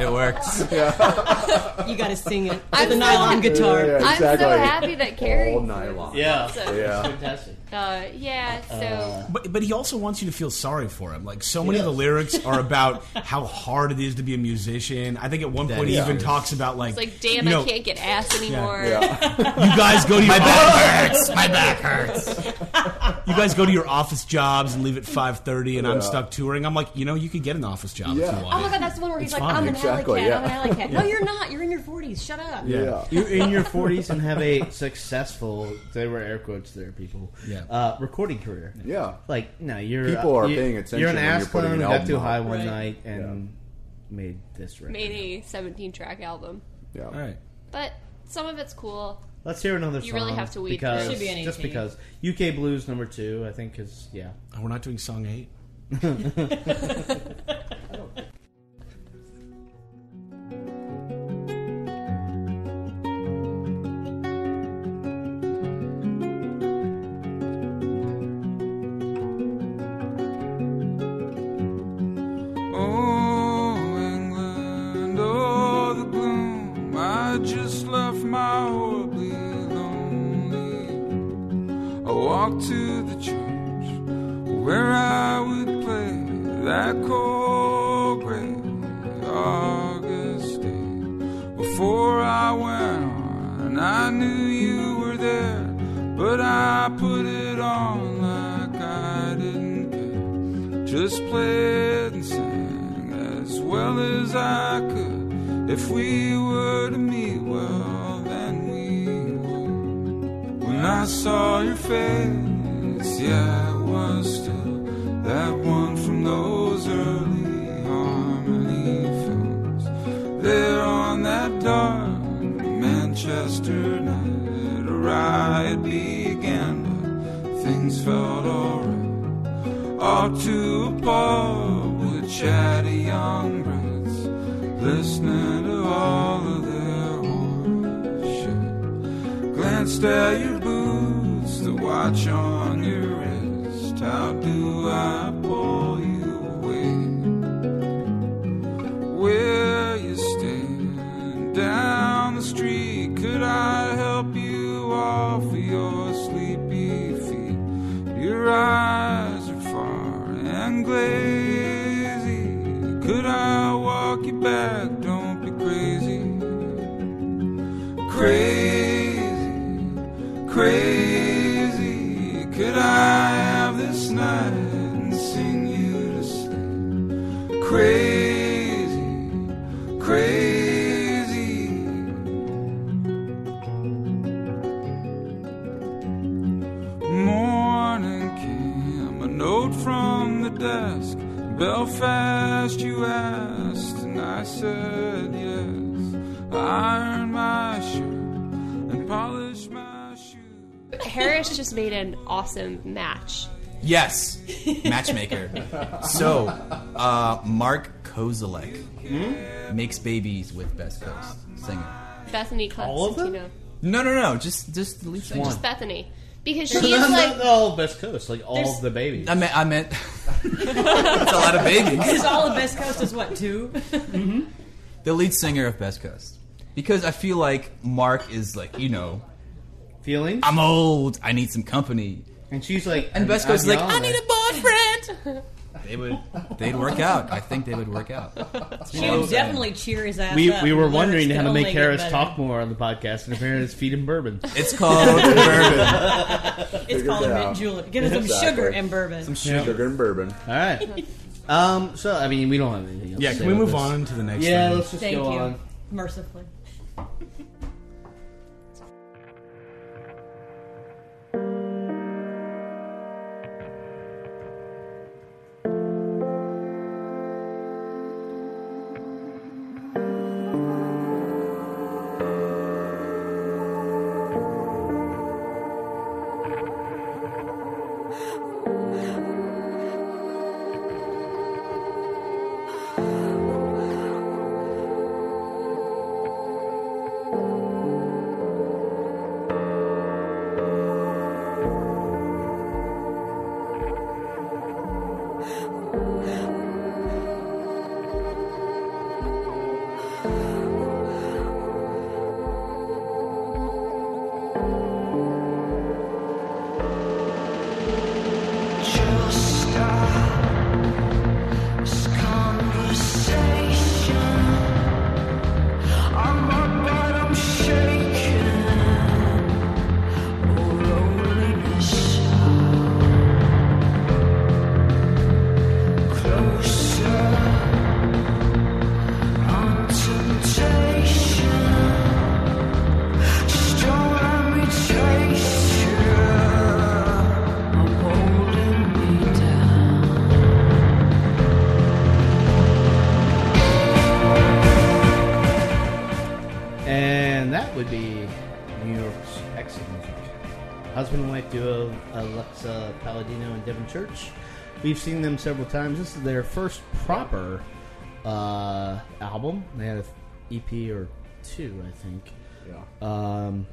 J: It works.
I: you got to sing it with
H: I'm
I: a
H: so-
I: nylon guitar.
A: Yeah, yeah, exactly.
H: I'm so happy that Carrie.
A: All nylon.
F: Yeah.
A: Yeah.
F: Fantastic. Uh,
H: Uh, yeah. So.
K: But, but he also wants you to feel sorry for him. Like so many of the lyrics
I: *laughs*
K: are about how hard it is to be a musician. I think at one
F: That
K: point he
F: is
K: even
F: true.
K: talks about like,
H: it's like, damn,
K: you know,
H: I can't get ass anymore.
K: you guys go to your
H: My
K: back
H: hurts. My back
K: hurts. you guys go to your office jobs and leave at five thirty, and I'm
A: Yeah.
K: stuck touring. I'm like, you know, you could get an office job if
A: Yeah.
K: you want.
I: Oh my god, that's the one where he's
K: It's
I: like,
K: fine.
I: I'm an
K: Exactly,
I: alley cat.
K: yeah.
I: I'm an alley *laughs* cat.
F: Yeah.
I: No, you're not. You're in your 40s. Shut up.
F: Yeah. You're in your 40s and have a successful, they were air quotes there, people,
A: Yeah.
F: uh, recording career.
A: Yeah.
F: Like, no, you're.
A: People are
F: you-
A: paying attention
F: You're an
A: when you're
F: ass
A: putting
F: clown
A: an
F: who got
A: album
F: too
A: out.
F: high one
A: Right.
F: night and made this record.
H: *laughs* Made a 17 track album.
A: Yeah. All
F: right.
H: But some of it's cool.
F: Let's hear another
H: You
F: song.
H: really have to weed
F: because,
H: through. Should be an
F: Just
H: 18.
F: because. UK Blues number two, I think, is, yeah.
K: Oh, we're not doing song
F: *laughs*
H: *laughs*
K: eight.
L: Oh, England, oh, the gloom. I just left my horribly lonely. I walked to the church where I would play that cold, gray August day. Before I went on, I knew you were there, but I put it on like I didn't care. Just played and sang as well as I could. If we were to meet, well, then we would. When I saw your face, yeah, it was still that one from those early harmony films. There on that dark Manchester night, a riot began, but things felt alright or to a pub with chatty young brats, listening to all of their horseshit. Glanced at your boots, the watch on your wrist. How do I pull you away? Where you stand down the street, could I help you off of your sleepy feet? Your eyes are far and glazy. Could I walk you back? Don't be crazy. Crazy, crazy. Could I have this night and sing you to sleep? Crazy, crazy. Morning came, a note from the desk. Belfast, you asked, and I said yes. I ironed my shirt and polished my shoes.
H: Harris just made an awesome match.
J: *laughs* Yes, matchmaker. so, uh, Mark Kozelek makes babies with Best Coast singer.
H: Bethany Constantino.
J: No, no, no. Just, just the lead singer.
H: Just Bethany. Because
J: So
H: she's
J: that's
H: like
F: all Best Coast, like all
J: There's-
F: of the babies.
J: I meant, I meant. *laughs*
I: *laughs*
J: it's a lot of babies.
I: Because all of Best Coast is what two?
J: the lead singer of Best Coast. Because I feel like Mark is like, you know,
F: feeling.
J: I'm old. I need some company.
F: And she's like,
J: and Best
F: I'm-
J: Coast is like,
F: I'm
J: I
F: young,
J: need a.
H: *laughs*
I: boyfriend.
J: They would, they'd work out. I think they would work
F: *laughs*
J: out.
I: She would definitely cheer his ass
F: We,
I: up.
F: we
I: The
F: were
I: lyrics
F: wondering
I: could
F: how to
I: only
F: make
I: get
F: Harris
I: better.
F: talk more on the podcast, and apparently it's feed him
K: *laughs*
F: bourbon.
J: It's
F: *laughs*
J: called
I: It's Figured called it mint out. julep. Get us some Exactly. sugar and bourbon. Some
F: Yeah.
A: sugar and bourbon.
I: *laughs*
F: All right. Um, so I mean, we don't have anything else.
K: Yeah,
F: to
K: can
F: say
K: we
F: about
K: move
F: this.
K: on to the next
F: Yeah,
K: thing?
F: let's just
I: Thank
F: go
I: you.
F: on.
I: Mercifully.
D: Just a conversation. I'm up, but I'm shaking. Oh, loneliness. Closer. On temptation. Just don't let me taste you. *laughs*
F: And that would be New York's exit music. Husband and wife duo Alexa Palladino and Devon Church. We've seen them several times. This is their first proper uh, album. They had an EP or two, I think. Yeah. Um,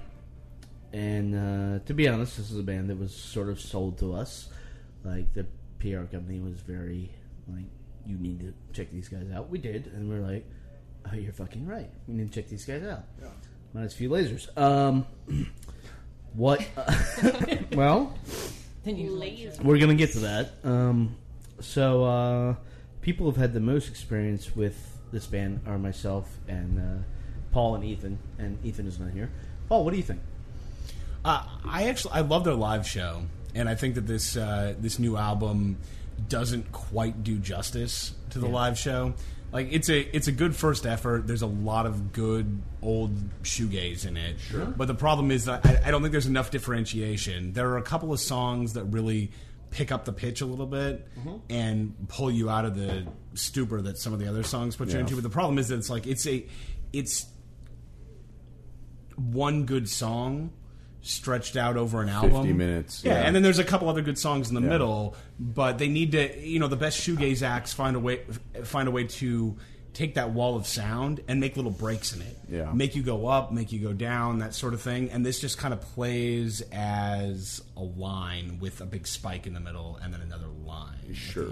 F: and uh, to be honest, this is a band that was sort of sold to us. Like the PR company was very like, you need to check these guys out. We did, and we are like, oh, you're fucking right. We need to check these guys out. Yeah. Minus a few lasers. Um, *clears throat*
I: *laughs*
F: what? well,
I: Then you lazy.
F: we're gonna get to that. Um, so uh, people have had the most experience with this band are myself and uh, Paul and Ethan, and Ethan is not here. Paul, what do you think?
K: Uh, I actually I love their live show, and I think that this uh, this new album doesn't quite do justice to the
F: Yeah.
K: live show. Like it's a it's a good first effort. There's a lot of good old shoegaze in it,
G: Sure.
K: but the problem is that I, I don't think there's enough differentiation. There are a couple of songs that really pick up the pitch a little bit
G: Mhm.
K: and pull you out of the stupor that some of the other songs put you
G: Yeah.
K: into. But the problem is that it's like it's a it's one good song stretched out over an
A: 50
K: album.
A: minutes,
K: Yeah,
A: yeah.
K: and then there's a couple other good songs in the
A: Yeah.
K: middle, but they need to, you know, the best shoegaze acts find a way find a way to take that wall of sound and make little breaks in it.
M: Yeah.
K: Make you go up, make you go down, that sort of thing. And this just kind of plays as a line with a big spike in the middle and then another line. Sure.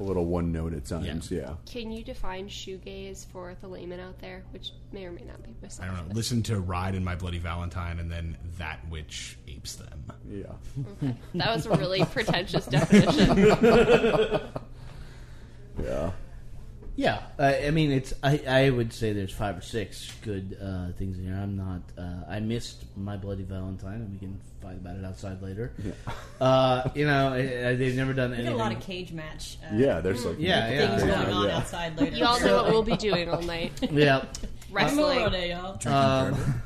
M: A little one note at times, yeah.
H: Can you define shoegaze for the layman out there, which may or may not be
K: I
H: myself?
K: don't know. Listen to Ride in My Bloody Valentine and then That Which Apes Them.
M: Yeah.
H: That was a really
K: *laughs*
H: pretentious definition.
F: *laughs*
M: Yeah.
F: Yeah, I, I mean, it's. I, I would say there's five or six good uh, things in here. I'm not. Uh, I missed my Bloody Valentine, and we can fight about it outside later. Uh, you know, I, I, they've never done
I: We
F: anything.
I: got a lot of cage match. Uh,
M: Yeah, there's, like,
F: yeah, yeah,
I: things
F: yeah.
I: going on outside later.
H: Y'all know what
I: *laughs*
H: we'll be doing all night.
F: Yeah.
H: Wrestling.
I: Memorial Day, y'all.
F: Um,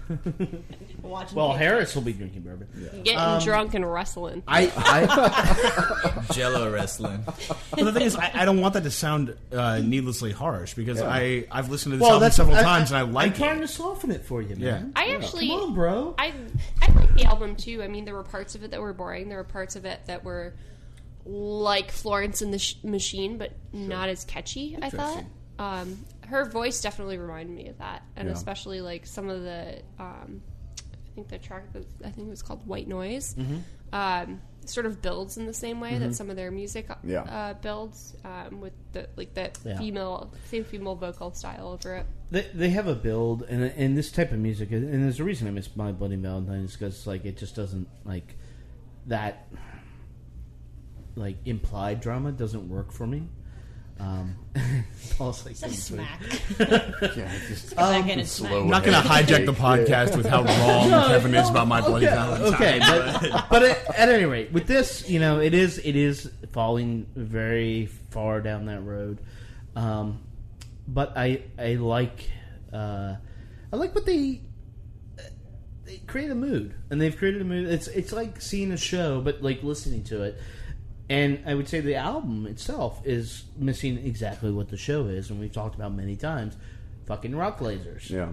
I: Watching
F: well,
I: cage
F: Harris will be drinking bourbon.
H: Getting
F: Um,
H: drunk and wrestling. *laughs*
F: I,
D: *laughs*
K: I
J: Jello wrestling.
K: But the thing is, I, I don't want that to sound uh, needlessly harsh because
F: Yeah.
K: I I've listened to this
F: Well,
K: album
F: that's-
K: several
F: I-
K: times and I
F: I'm
K: like it.
F: trying to soften it for you, man.
H: I actually,
F: Come on, bro.
H: I I like the album too. I mean, there were parts of it that were boring. There were parts of it that were like Florence and the Sh- Machine, but not as catchy. I thought.
M: Interesting.
H: Um, her voice definitely reminded me of that, and
M: Yeah.
H: especially like some of the. Um, I think the track that I think it was called White Noise.
M: Mhm.
H: Um, sort of builds in the same way
M: Mhm.
H: that some of their music
M: Yeah.
H: uh, builds um, with the like that
F: Yeah.
H: female same female vocal style over it.
F: They, they have a build and and this type of music and there's a reason I miss my Bloody Valentine is because like it just doesn't like that like implied drama doesn't work for me. Um, *laughs* Paul's like
I: Is that a
F: "Sweet."
I: smack?
F: yeah,
I: just- Backhanded smack.
K: Um, I'm not going to hijack the podcast with how wrong
F: *laughs* No,
K: Kevin is
F: no,
K: about my bloody
F: okay,
K: Valentine.
F: Okay,
K: *laughs*
F: but, but at, at any rate, with this, you know, it is it is falling very far down that road. Um, but I I like uh, I like what they they create a mood, and they've created a mood. It's it's like seeing a show, but like listening to it. And I would say the album itself is missing exactly what the show is, and we've talked about many times. Fucking rock lasers.
M: Yeah.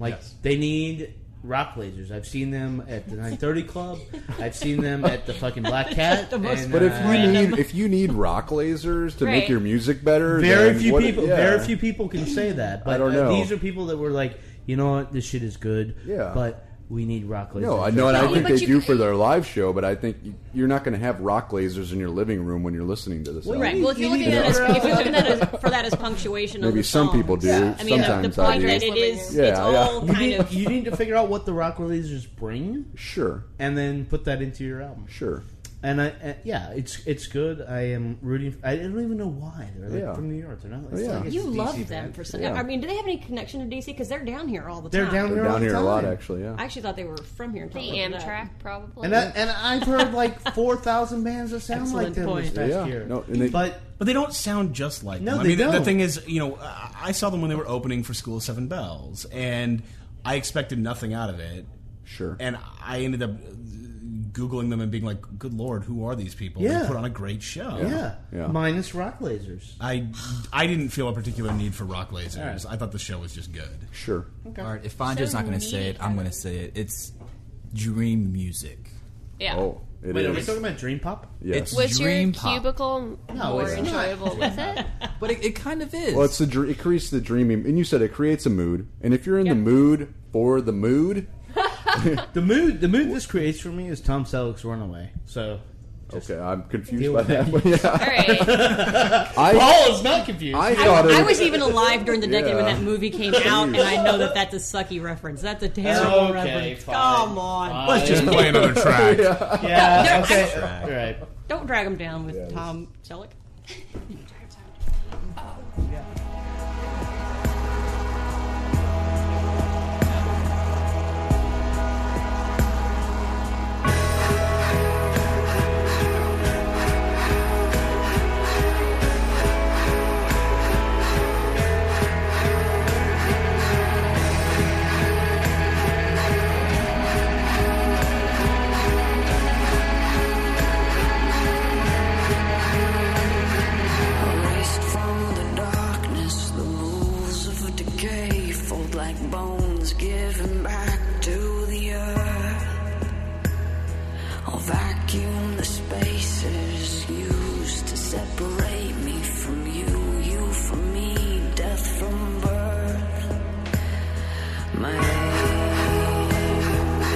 F: Like they need rock lasers. I've seen them at the 930 Club. I've seen them at the
I: *laughs*
F: fucking Black Cat.
I: The most
F: and,
M: But if
F: uh,
M: you need if you need rock lasers to
F: Right.
M: make your music better,
F: *laughs* very
M: then
F: few
M: what-
F: people,
M: yeah.
F: very few people can say that. But
M: I don't
F: uh,
M: know.
F: these are people that were like, you know what, this shit is good. Yeah. But we need rock lasers.
M: No, I know, and I
F: Yeah,
M: think
F: but
M: they
F: you-
M: do for their live show, but I think y- you're not going to have rock lasers in your living room when you're listening to this. album.
I: right. Well, if you're
M: You
I: looking
M: know?
I: at it as, if you're looking at it
F: *laughs*
I: as- for that as punctuation, on
M: maybe
I: the
M: some
I: song.
M: people do.
I: I mean, the-
M: Sometimes
I: the
M: I do.
I: point that it is,
M: Yeah,
I: it's all
F: you
I: kind
F: need,
I: of
F: you need to figure out what the rock lasers bring.
M: Sure.
F: And then put that into your album.
M: Sure.
F: And I, uh, yeah, it's it's good. I am rooting. For, I don't even know why they're like
I: Yeah.
F: from New York. They're not. It's like it's
I: You
F: a DC
I: love them
F: band.
I: for some. I mean, do they have any connection to DC? Because they're down here all the
F: They're
I: time.
F: down They're here all down the here a lot, time.
M: actually, yeah.
I: I actually thought they were from here.
H: The Amtrak, probably.
F: and I, and I've heard like four thousand bands that sound like them this past year. but
K: but they don't sound just like
F: No,
K: them. I
F: they
K: mean, the- The
F: don't.
K: thing is, you know, I I saw them when they were opening for School of Seven Bells, and I expected nothing out of it.
M: Sure.
K: And I ended up uh, googling them and being like, "Good lord, who are these people?
F: Yeah.
K: They put on a great show."
F: yeah. minus rock lasers.
K: I I didn't feel a particular need for rock lasers.
J: All
K: I thought the show was just good.
M: Sure.
J: All right, if Fonda's not going to say it, I'm going to say it. It's dream music.
H: Yeah.
M: Oh, it
F: Wait, are we
J: is.
F: talking about Dream Pop?
J: Yes.
H: Was your
J: Dream pop.
H: cubicle
J: No,
H: more
J: it's not.
H: enjoyable with it?
J: *laughs* But it, it kind of is.
M: Well, it's the dr- it creates the dreamy, and you said it creates a mood. And if you're in the mood for the mood,
F: *laughs* the mood the mood this creates for me is Tom Selleck's Runaway. So
M: okay, I'm confused
F: deal
M: by
F: with
M: that.
F: it.
M: But yeah. I-
F: Paul is not confused.
M: I
I: I,
M: thought it-
I: I was even alive during the decade when
M: Yeah.
I: that movie came out, and I know that that's a sucky reference. That's a terrible
F: Okay,
I: reference.
F: fine.
I: Come on,
F: Fine.
K: Let's just play
M: *laughs*
K: another track.
I: Yeah.
F: Yeah,
I: No,
F: okay.
I: I-
F: All right.
I: Don't drag him down with Tom Selleck.
N: Erased from the darkness, the moves of a decay fold like bones given back to the earth. I'll vacuum the spaces used to separate me from you, you from me, death from
F: *laughs*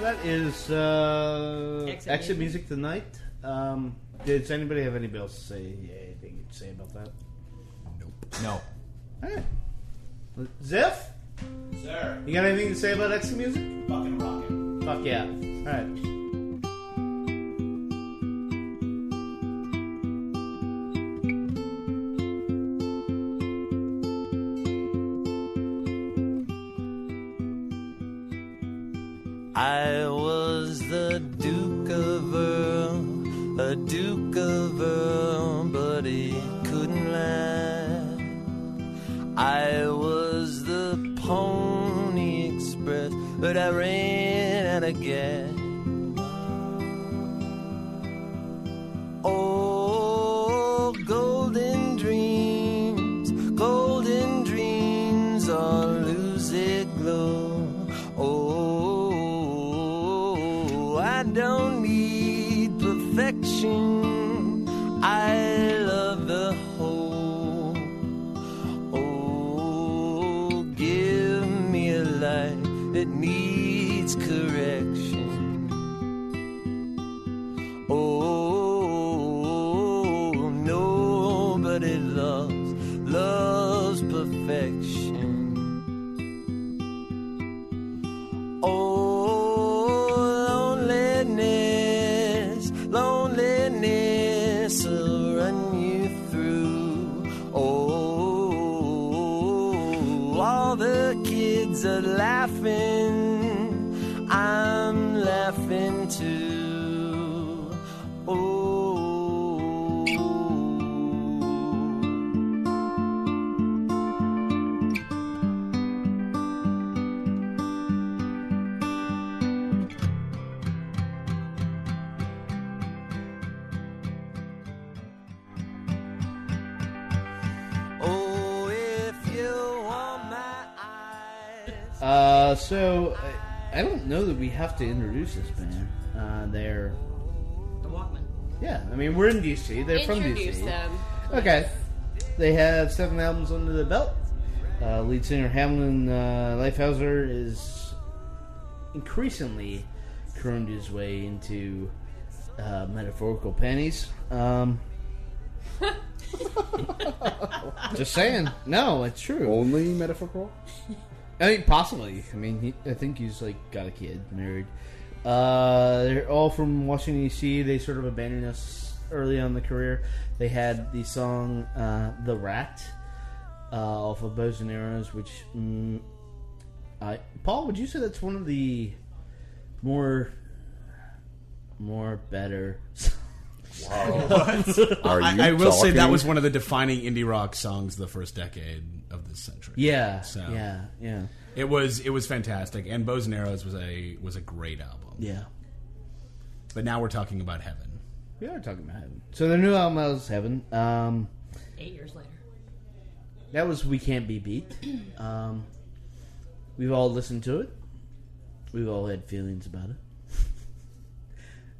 F: that is uh,
I: Exit music.
F: exit, music tonight. Um, does anybody have anybody else to say anything to say about that?
J: No.
F: Ziff,
O: Sir.
F: you got anything to say about exit music?
O: Fucking rockin'.
F: Fuck yeah! All right.
P: I was the Duke of Earl, a Duke of Earl, but he couldn't lie. I was the Pony Express, but I ran out of gas. Oh, golden dreams, golden dreams are lucid glow. Oh, I don't need perfection. I love the whole. Oh, give me a life that needs correction. Oh, nobody loves, loves perfection. Oh, loneliness, loneliness will run you through. Oh, all the kids are laughing. I'm laughing too. Oh. Oh, if you want my
F: Uh, so I, I don't know that we have to introduce this band. Uh, they're
I: The Walkman.
F: yeah. I mean, we're in DC. They're from DC.
H: Introduce them.
F: Okay. They have seven albums under the belt. Uh, lead singer Hamlin uh, Lifehouser is increasingly crooned his way into uh, metaphorical panties. Um, just saying. No, it's true.
M: Only metaphorical?
F: I mean, possibly. I mean, he, I think he's like got a kid, married. Uh, they're all from Washington D.C. They sort of abandoned us early on in the career. They had the song uh, "The Rat" uh, off of Bows and Arrows, which mm, I, Paul, would you say that's one of the more more better? *laughs*
K: I, I will say that was one of the defining indie rock songs of the first decade of this century.
F: Yeah, yeah, yeah.
K: It was it was fantastic, and Bows and Arrows was a was a great album.
F: Yeah.
K: but now we're talking about heaven.
F: We are talking about heaven. So their new album is Heaven. Um,
I: Eight years later.
F: That was We Can't Be
H: *clears throat*
F: Beat. Um, we've all listened to it. We've all had feelings about it. *laughs*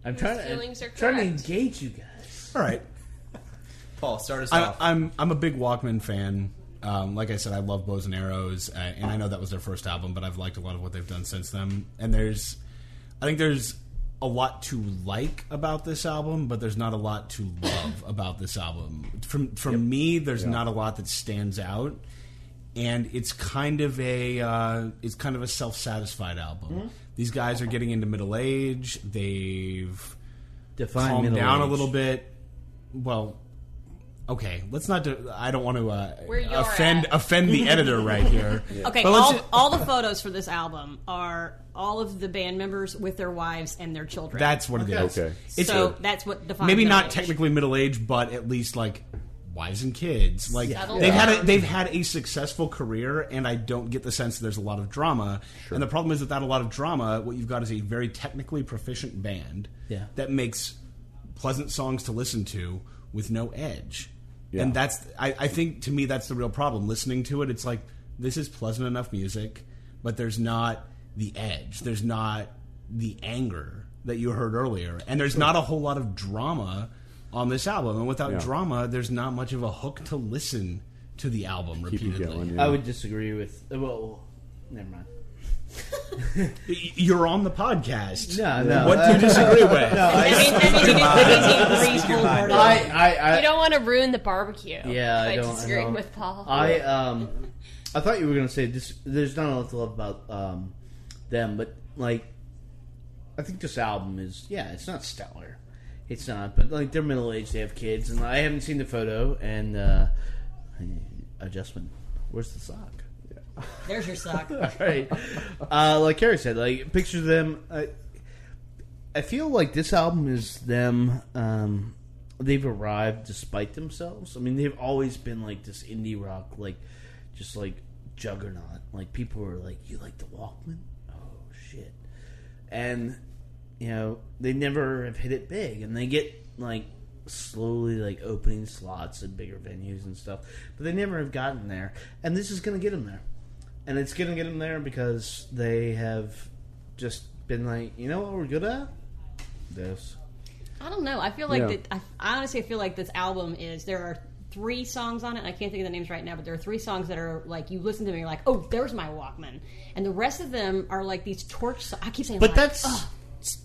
F: I'm
H: Those
F: trying
H: feelings
F: to
H: are
F: trying to
H: correct.
F: engage you guys.
K: All
F: *laughs*
K: right.
J: Paul, start us
K: I,
J: off.
K: I'm I'm a big Walkman fan. Um, like I said, I love Bows and Arrows, uh, and I know that was their first album, but I've liked a lot of what they've done since then. And there's, I think there's a lot to like about this album, but there's not a lot to love about this album. From from me, there's
G: Yeah.
K: not a lot that stands out, and it's kind of a uh, it's kind of a self satisfied album.
F: Mm-hmm.
G: Mhm.
K: These guys are getting into middle age. They've
F: Define
K: calmed
F: middle
K: down a
F: age.
K: little bit. Well, okay, let's not. Do, I don't want to uh,
I: Where you're
K: offend offend
I: *laughs*
K: the editor right here.
I: Okay,
K: But let's
I: all,
K: ju-
I: all the photos for this album are all of the band members with their wives and their children.
K: that's what it is. It's
I: so that's what defines
K: maybe
I: middle
K: not
I: age.
K: technically middle age, but at least like wives and kids. Like
I: Settle
K: they've had a,
I: down.
K: they've had a successful career, and I don't get the sense that there's a lot of drama. And the problem is without a lot of drama, what you've got is a very technically proficient band
F: Yeah.
K: that makes pleasant songs to listen to with no edge.
M: Yeah.
K: And that's I, I think to me that's the real problem. Listening to it, it's like this is pleasant enough music, but there's not the edge. There's not the anger that you heard earlier. And there's
G: Sure.
K: not a whole lot of drama on this album. And without
G: Yeah.
K: drama, there's not much of a hook to listen to the album repeatedly.
F: I would disagree with. uh, Well, never mind.
K: You're on the podcast.
F: No, no.
K: What do you disagree with? *laughs*
F: *laughs* No, I- That means- that means you didn't- that means you agreed wholeheartedly. I- I- I-
H: you don't want to ruin the barbecue.
F: Yeah,
H: by
F: I don't. I
H: disagreeing
F: don't.
H: with Paul.
F: I um, I thought you were gonna say this. There's not a lot to love about um, them, but like, I think this album is yeah, it's not stellar. It's not, but like they're middle aged, they have kids, and I haven't seen the photo and uh, adjustment. Where's the sock?
I: There's your sock.
F: *laughs* All right. Uh, like Carrie said, like picture them. I, I feel like this album is them. Um, they've arrived despite themselves. I mean, they've always been like this indie rock, like just like juggernaut. Like people are like, "You like the Walkman? Oh shit!" And you know they never have hit it big, and they get like slowly like opening slots at bigger venues and stuff, but they never have gotten there. And this is gonna get them there and it's gonna get them there because they have just been like, you know what we're good at? This.
I: I don't know. I feel like
F: Yeah.
I: that. I, I honestly feel like this album is there are three songs on it. and I can't think of the names right now, but there are three songs that are like you listen to them and you're like, oh, there's my Walkman, and the rest of them are like these torch. So- I keep saying,
F: But
I: like,
F: that's-
I: "Ugh,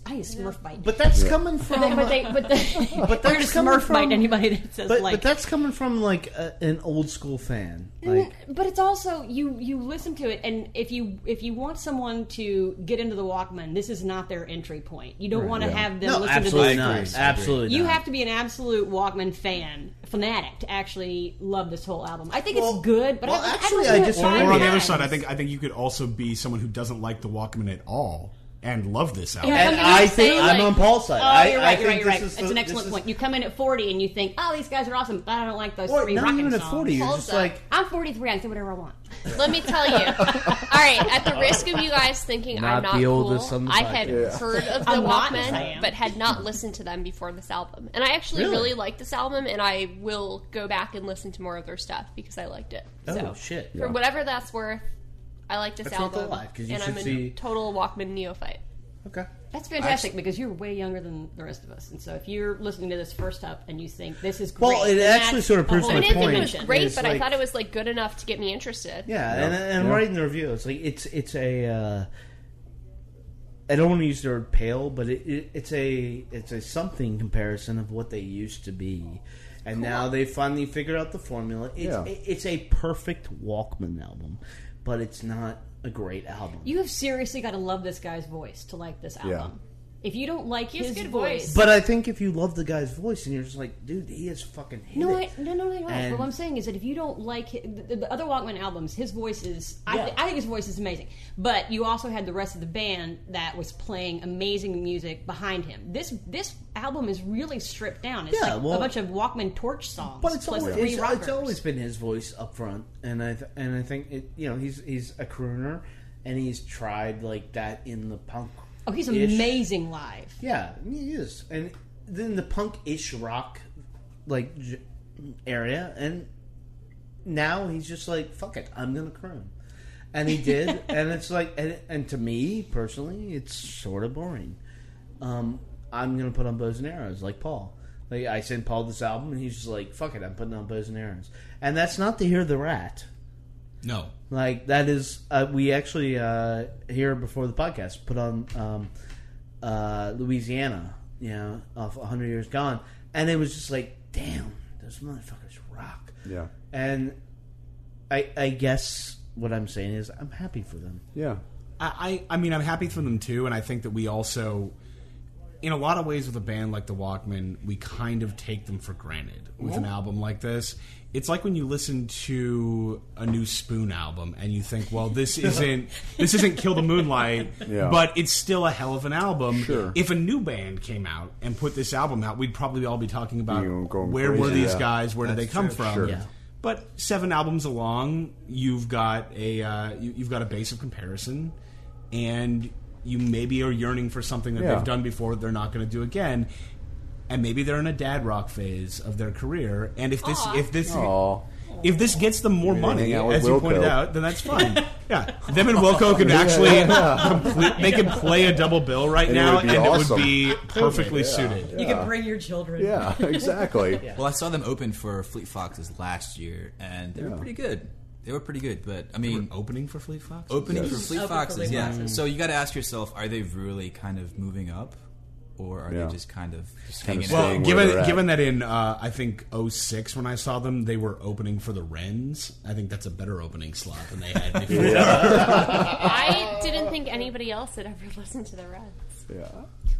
I: I need a Smurf bite.
F: But that's Yeah. coming from-
I: But they, but they, *laughs*
F: But
I: they're
F: that's
I: just
F: coming
I: Smurf
F: from-
I: bite anybody that says
F: but,
I: like.
F: but that's coming from like a, an old school fan. Like,
I: but it's also you you listen to it and if you if you want someone to get into the Walkman, this is not their entry point. You don't
F: Right.
I: want to
F: Yeah.
I: have them
F: No,
I: listen
F: absolutely
I: to this
F: not.
I: first.
F: Absolutely
I: You
F: not.
I: have to be an absolute Walkman fan, fanatic to actually love this whole album. I think it's good, but I,
K: Actually,
I: I,
K: I
I: I
K: just or on the other side, I think I think you could also be someone who doesn't like the Walkman at all and love this album.
I: You come in and you say, like, Oh, you're right. you're right. You're right.
K: this
I: It's
K: is
I: an
K: the-
I: excellent
K: this
I: point. You come in at 40 and you think, "Oh, these guys are awesome," but I don't like those three
F: not
I: rockin'
F: even at
I: songs.
F: 40, you're Hold just up. like-
I: "I'm 43. I can do whatever I want."
H: Let me tell you. All right, at the risk of you guys thinking
F: Not
H: I'm not
F: the oldest on
H: cool,
F: the
H: I had
F: podcast. Yeah.
H: heard of the
I: I'm not, yes, I
H: Walkman,
I: am.
H: but had not listened to them before this album. And I actually
I: Really?
H: really, like this album, and I will go back and listen to more of their stuff because I liked it.
F: Oh,
H: so,
F: shit.
H: For
F: Yeah.
H: whatever that's worth, I like this
F: That's not
H: album,
F: that lot, 'cause you
H: and
F: should
H: I'm a
F: see-
H: total Walkman neophyte.
F: *laughs* Okay.
I: That's fantastic because you're way younger than the rest of us, and so if you're listening to this first up and you think this is great,
F: Well, it
I: then
F: actually
I: that's
F: sort of
I: a
F: proves
I: whole
F: my
H: I
I: different
H: didn't think it was
I: dimension.
F: point.
H: great,
F: It's
H: but I
F: like-
H: thought it was like good enough to get me interested.
F: Yeah, and, and
I: Yeah.
F: writing the review, it's like it's it's a. Uh, I don't want to use the word pale, but it, it, it's a it's a something comparison of what they used to be, and now they finally figured out the formula. It's
I: Yeah.
F: it's a perfect Walkman album, but it's not a great album.
I: You have seriously got to love this guy's voice to like this album.
F: Yeah.
I: If you don't like
H: He has
I: his
H: good
I: voice,
F: But I think if you love the guy's voice and you're just like, dude, he is fucking hit
I: no,
F: it.
I: I, no, no, no, no.
F: And-
I: But what I'm saying is that if you don't like hi- the, the other Walkman albums, his voice is. I,
F: Yeah.
I: th- I think his voice is amazing. But you also had the rest of the band that was playing amazing music behind him. This this album is really stripped down. It's
F: Yeah,
I: like
F: well-
I: a bunch of Walkman torch songs.
F: But it's
I: plus
F: always,
I: three
F: it's,
I: rockers.
F: it's always been his voice up front, and I th- and I think it, you know he's he's a crooner, and he's tried like that in the punk.
I: Oh, he's amazing live.
F: Yeah, he is, and then the punk-ish rock like j- area, and now he's just like fuck it, I'm gonna croon, and he did, and it's like and, and to me personally, it's sort of boring. Um, I'm gonna put on bows and arrows like Paul. Like I sent Paul this album, and he's just like fuck it, I'm putting on bows and arrows, and that's not to hear the rat.
G: No.
F: Like that is uh, we actually uh, here before the podcast put on um, uh, Louisiana, you know, off 100 Years Gone, and it was just like, damn, those motherfuckers rock.
M: Yeah.
F: And I, I guess what I'm saying is I'm happy for them.
M: Yeah.
K: I, I I mean I'm happy for them too, and I think that we also, in a lot of ways, with a band like the Walkmen, we kind of take them for granted. With an
G: Yeah.
K: album like this, it's like when you listen to a new Spoon album and you think,
G: *laughs*
K: well, this isn't this isn't Kill the Moonlight,
G: Yeah.
K: but it's still a hell of an album.
G: Sure.
K: If a new band came out and put this album out, we'd probably all be talking about
G: You're going
K: where were
G: crazy.
K: these
G: Yeah.
K: guys, where did
G: That's
K: they come
G: true.
K: from.
G: Sure. Yeah.
K: But seven albums along, you've got a uh, you, you've got a base of comparison, and you maybe are yearning for something that
G: Yeah.
K: they've done before that they're not going to do again, and maybe they're in a dad rock phase of their career. And if this if this
M: Aw.
K: if this gets them more
M: Maybe they
K: money,
M: hang out with
K: as you pointed
M: Wilco.
K: out,
M: *laughs*
K: then that's fine. yeah, them and Wilco could actually
M: Yeah.
K: complete- they could play a double bill right
M: And it
K: now,
M: would be
K: and
M: awesome. *laughs*
K: it would be perfectly
J: Yeah.
K: suited.
J: You could bring
I: your children.
J: Well, I saw them open for Fleet Foxes last year, and they were
M: Yeah.
J: pretty good. They were pretty good, but I mean,
G: opening for Fleet Foxes.
J: Opening for
G: Yes.
J: Fleet
G: Open for
J: Foxes,
G: Fleet
J: yeah.
G: Foxes.
J: So you got to ask yourself: Are they really kind of moving up, or are
M: Yeah.
J: they just kind of
M: Just kind
J: hanging
M: of
J: out?
M: staying
K: Well,
M: they're
K: given
M: at.
K: given that in uh, I think 06 when I saw them, they were opening for the Wrens. I think that's a better opening slot than they
A: *laughs*
K: had before.
H: I didn't think anybody else had ever listened to the Reds.
M: Yeah.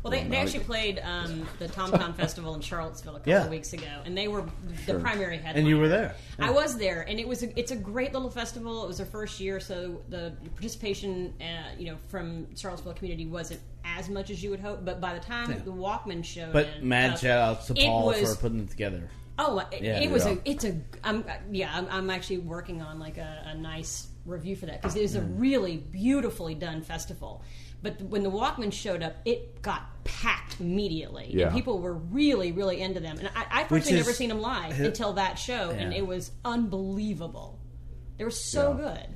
I: Well, they,
K: Well,
I: they
K: now
I: actually played um, the Tom Tom Festival in Charlottesville a couple
F: Yeah.
I: of weeks ago, and they were the
F: Sure.
I: primary headline.
F: And you were there.
I: I was there, and it was a, it's a great little festival. It was their first year, so the participation, uh, you know, from Charlottesville community wasn't as much as you would hope. But by the time
F: Yeah.
I: the Walkman showed,
F: But
I: in,
F: mad
I: uh,
F: shout outs to
I: it
F: Paul
I: was-
F: for putting it together.
I: Oh, it,
F: Yeah.
I: it was
F: Yeah.
I: a. It's a. I'm yeah. I'm, I'm actually working on like a, a nice review for that because it is a
F: Mm.
I: really beautifully done festival. But when the Walkman showed up, it got packed immediately.
F: Yeah.
I: And people were really, really into them. And I, I've
F: Which
I: personally never
F: is-
I: seen them live until that show, and
F: Yeah.
I: it was unbelievable. They were so good.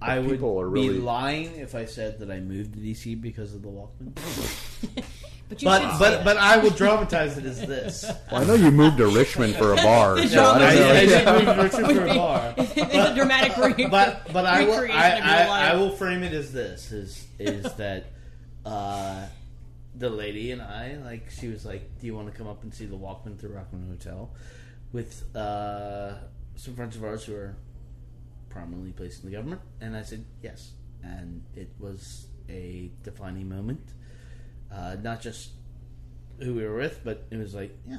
F: I would
M: people are
F: be
M: really-
F: lying if I said that I moved to DC because of the Walkman.
I: *laughs* but
M: you should
F: but
M: say
F: but,
M: that.
F: I will dramatize it as this.
M: Well, I know you moved to Richmond for a
F: *laughs*
M: bar.
F: Yeah,
M: so I
F: I-
M: don't know.
F: I
M: *laughs*
F: did move
A: *laughs*
F: to Richmond for a bar.
I: *laughs* it's a dramatic re-
F: but but I will I,
I: recreation of your
F: I,
I: life.
F: I will frame it as this is is that uh, the lady and I like she was like, do you want to come up and see the Walkman through Rockman Hotel with uh, some friends of ours who are prominently placed in the government? And I said yes, and it was a defining moment, uh, not just who we were with, but it was like yeah.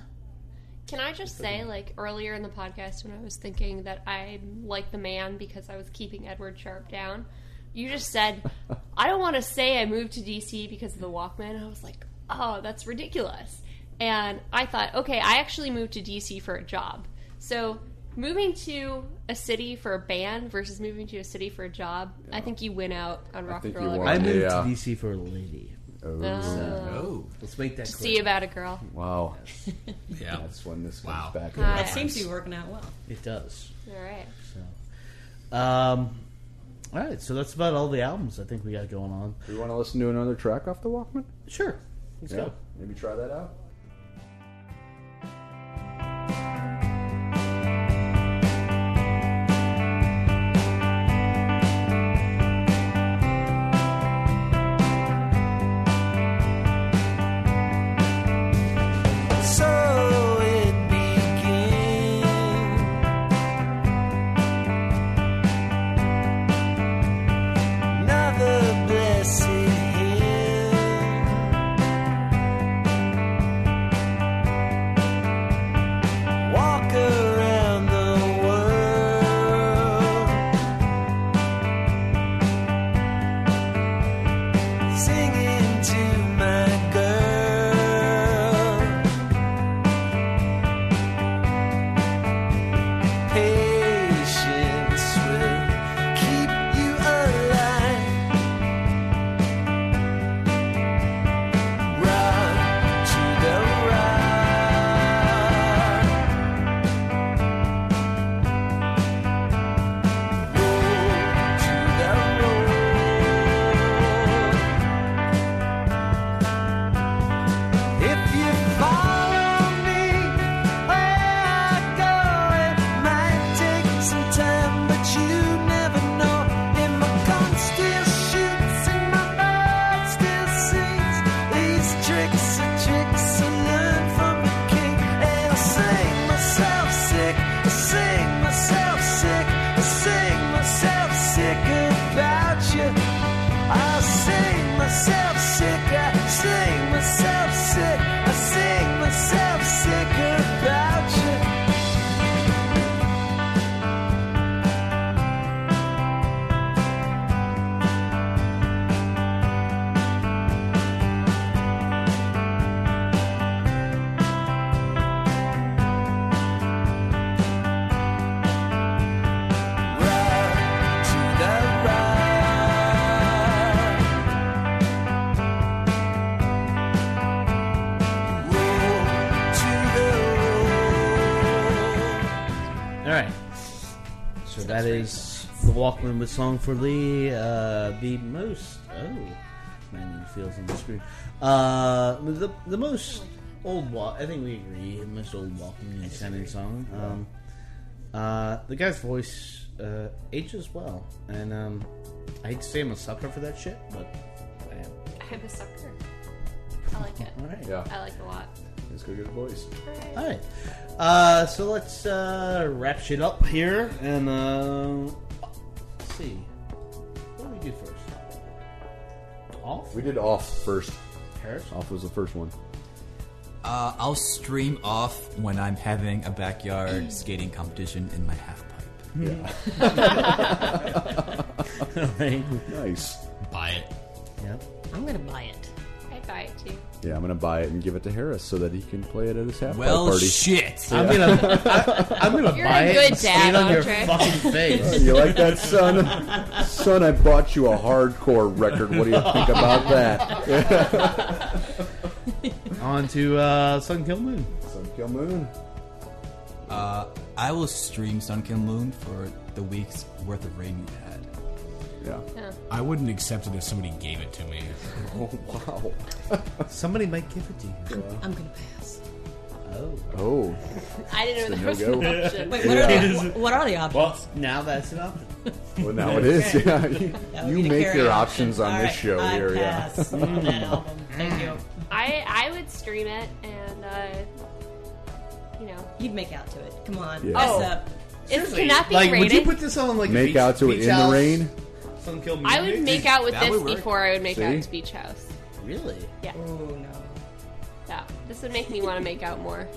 H: Can I just say, like earlier in the podcast, when I was thinking that I like the man because I was keeping Edward Sharp down, you just said, "I don't want to say I moved to DC because of the Walkman." And I was like, "Oh, that's ridiculous." And I thought, okay, I actually moved to DC for a job. So moving to a city for a band versus moving to a city for a job, I think you win out on rock and
F: think
H: roll.
F: you
H: Everything.
F: won. I moved to DC for a lady.
M: Oh.
H: Oh.
F: Let's make that
H: Just
F: clear.
H: see about it, girl.
M: Wow.
F: Yeah.
M: That's when this comes back.
H: Hi.
I: That seems to be working out well.
F: It does.
H: All right.
F: So, um, all right. So that's about all the albums I think we got going on.
M: Do you want to listen to another track off the Walkman?
F: Sure. Let's
M: Yeah.
F: go.
M: Maybe try that out.
P: So it began. Another blessed hymn. Walk around the world, singing to my girl. patience will keep you alive. Rock to the rock. Roll to the roll. If you follow me, I sing myself sick, I sing myself sick, I sing myself sick about you. to the right. Roll to the roll.
F: All right. So that is the Walkman with song for Lee. Uh, the most oh, my knee feels on the screen. Uh, the the most old walk. I think we agree. The most old Walkman sounding song. Um, Uh, the guy's voice uh, ages well, and um, I hate to say I'm a sucker for that shit, but I am.
H: I'm a sucker. I like it.
F: Yeah.
H: I like it a lot.
A: Let's go get a voice.
F: All right. Uh, so let's uh, wrap shit up here and uh, let's see. What do we do first? Off?
A: We did off first.
F: Paris?
A: Off was the first one.
J: Uh, I'll stream off when I'm having a backyard skating competition in my half pipe.
M: *laughs*
A: Nice.
G: Buy it.
F: Yep.
I: I'm gonna buy it.
H: I buy it too.
A: Yeah, I'm gonna buy it and give it to Harris so that he can play it at his half
J: Well,
A: party.
J: shit.
F: I'm gonna- I- I'm gonna
H: You're buy a it good and dad,
F: stand on your
H: Andre.
F: fucking face.
A: Oh, you like that, son? son, I bought you a hardcore record. What do you think about *laughs* that?
F: *laughs* On to uh, Sun Kill Moon.
A: Sun Kill Moon.
J: Uh, I will stream Sunken Moon for the week's worth of rain we've had.
H: Yeah.
G: I wouldn't accept it if somebody gave
J: *laughs*
G: it to me.
A: oh wow! *laughs*
F: Somebody might give it to you.
I: I'm gonna pass.
F: Oh.
A: Oh.
I: I
F: It's
I: didn't know
F: a
I: there was
F: no-go.
I: an option. Wait, what,
F: Yeah.
I: are the, what are the options?
F: Well, now that's an option.
A: Well, now it is.
I: Okay.
A: Yeah, you,
I: That would
A: you
I: be the
A: make
I: carry
A: your
I: option.
A: options on
I: All
A: this
I: right,
A: show
I: I
A: here.
I: pass
A: yeah.
I: on that *laughs*
F: Mm.
I: album. Thank you.
H: I I would stream it and uh, you know
I: You'd make out to it. Come on.
A: Yeah.
I: Mess
A: Oh.
I: up.
H: it cannot be
F: like,
H: rated.
F: would you put this on like a
A: Make
F: beach,
A: out to it
F: beach
A: in the
F: house,
A: rain?
F: Sun Kill Moon.
H: I would make out with this before I would make out
A: See?
H: to Beach House.
F: Really?
H: Yeah.
I: Oh no.
H: Yeah. This would make
I: *laughs*
H: me want to make out more.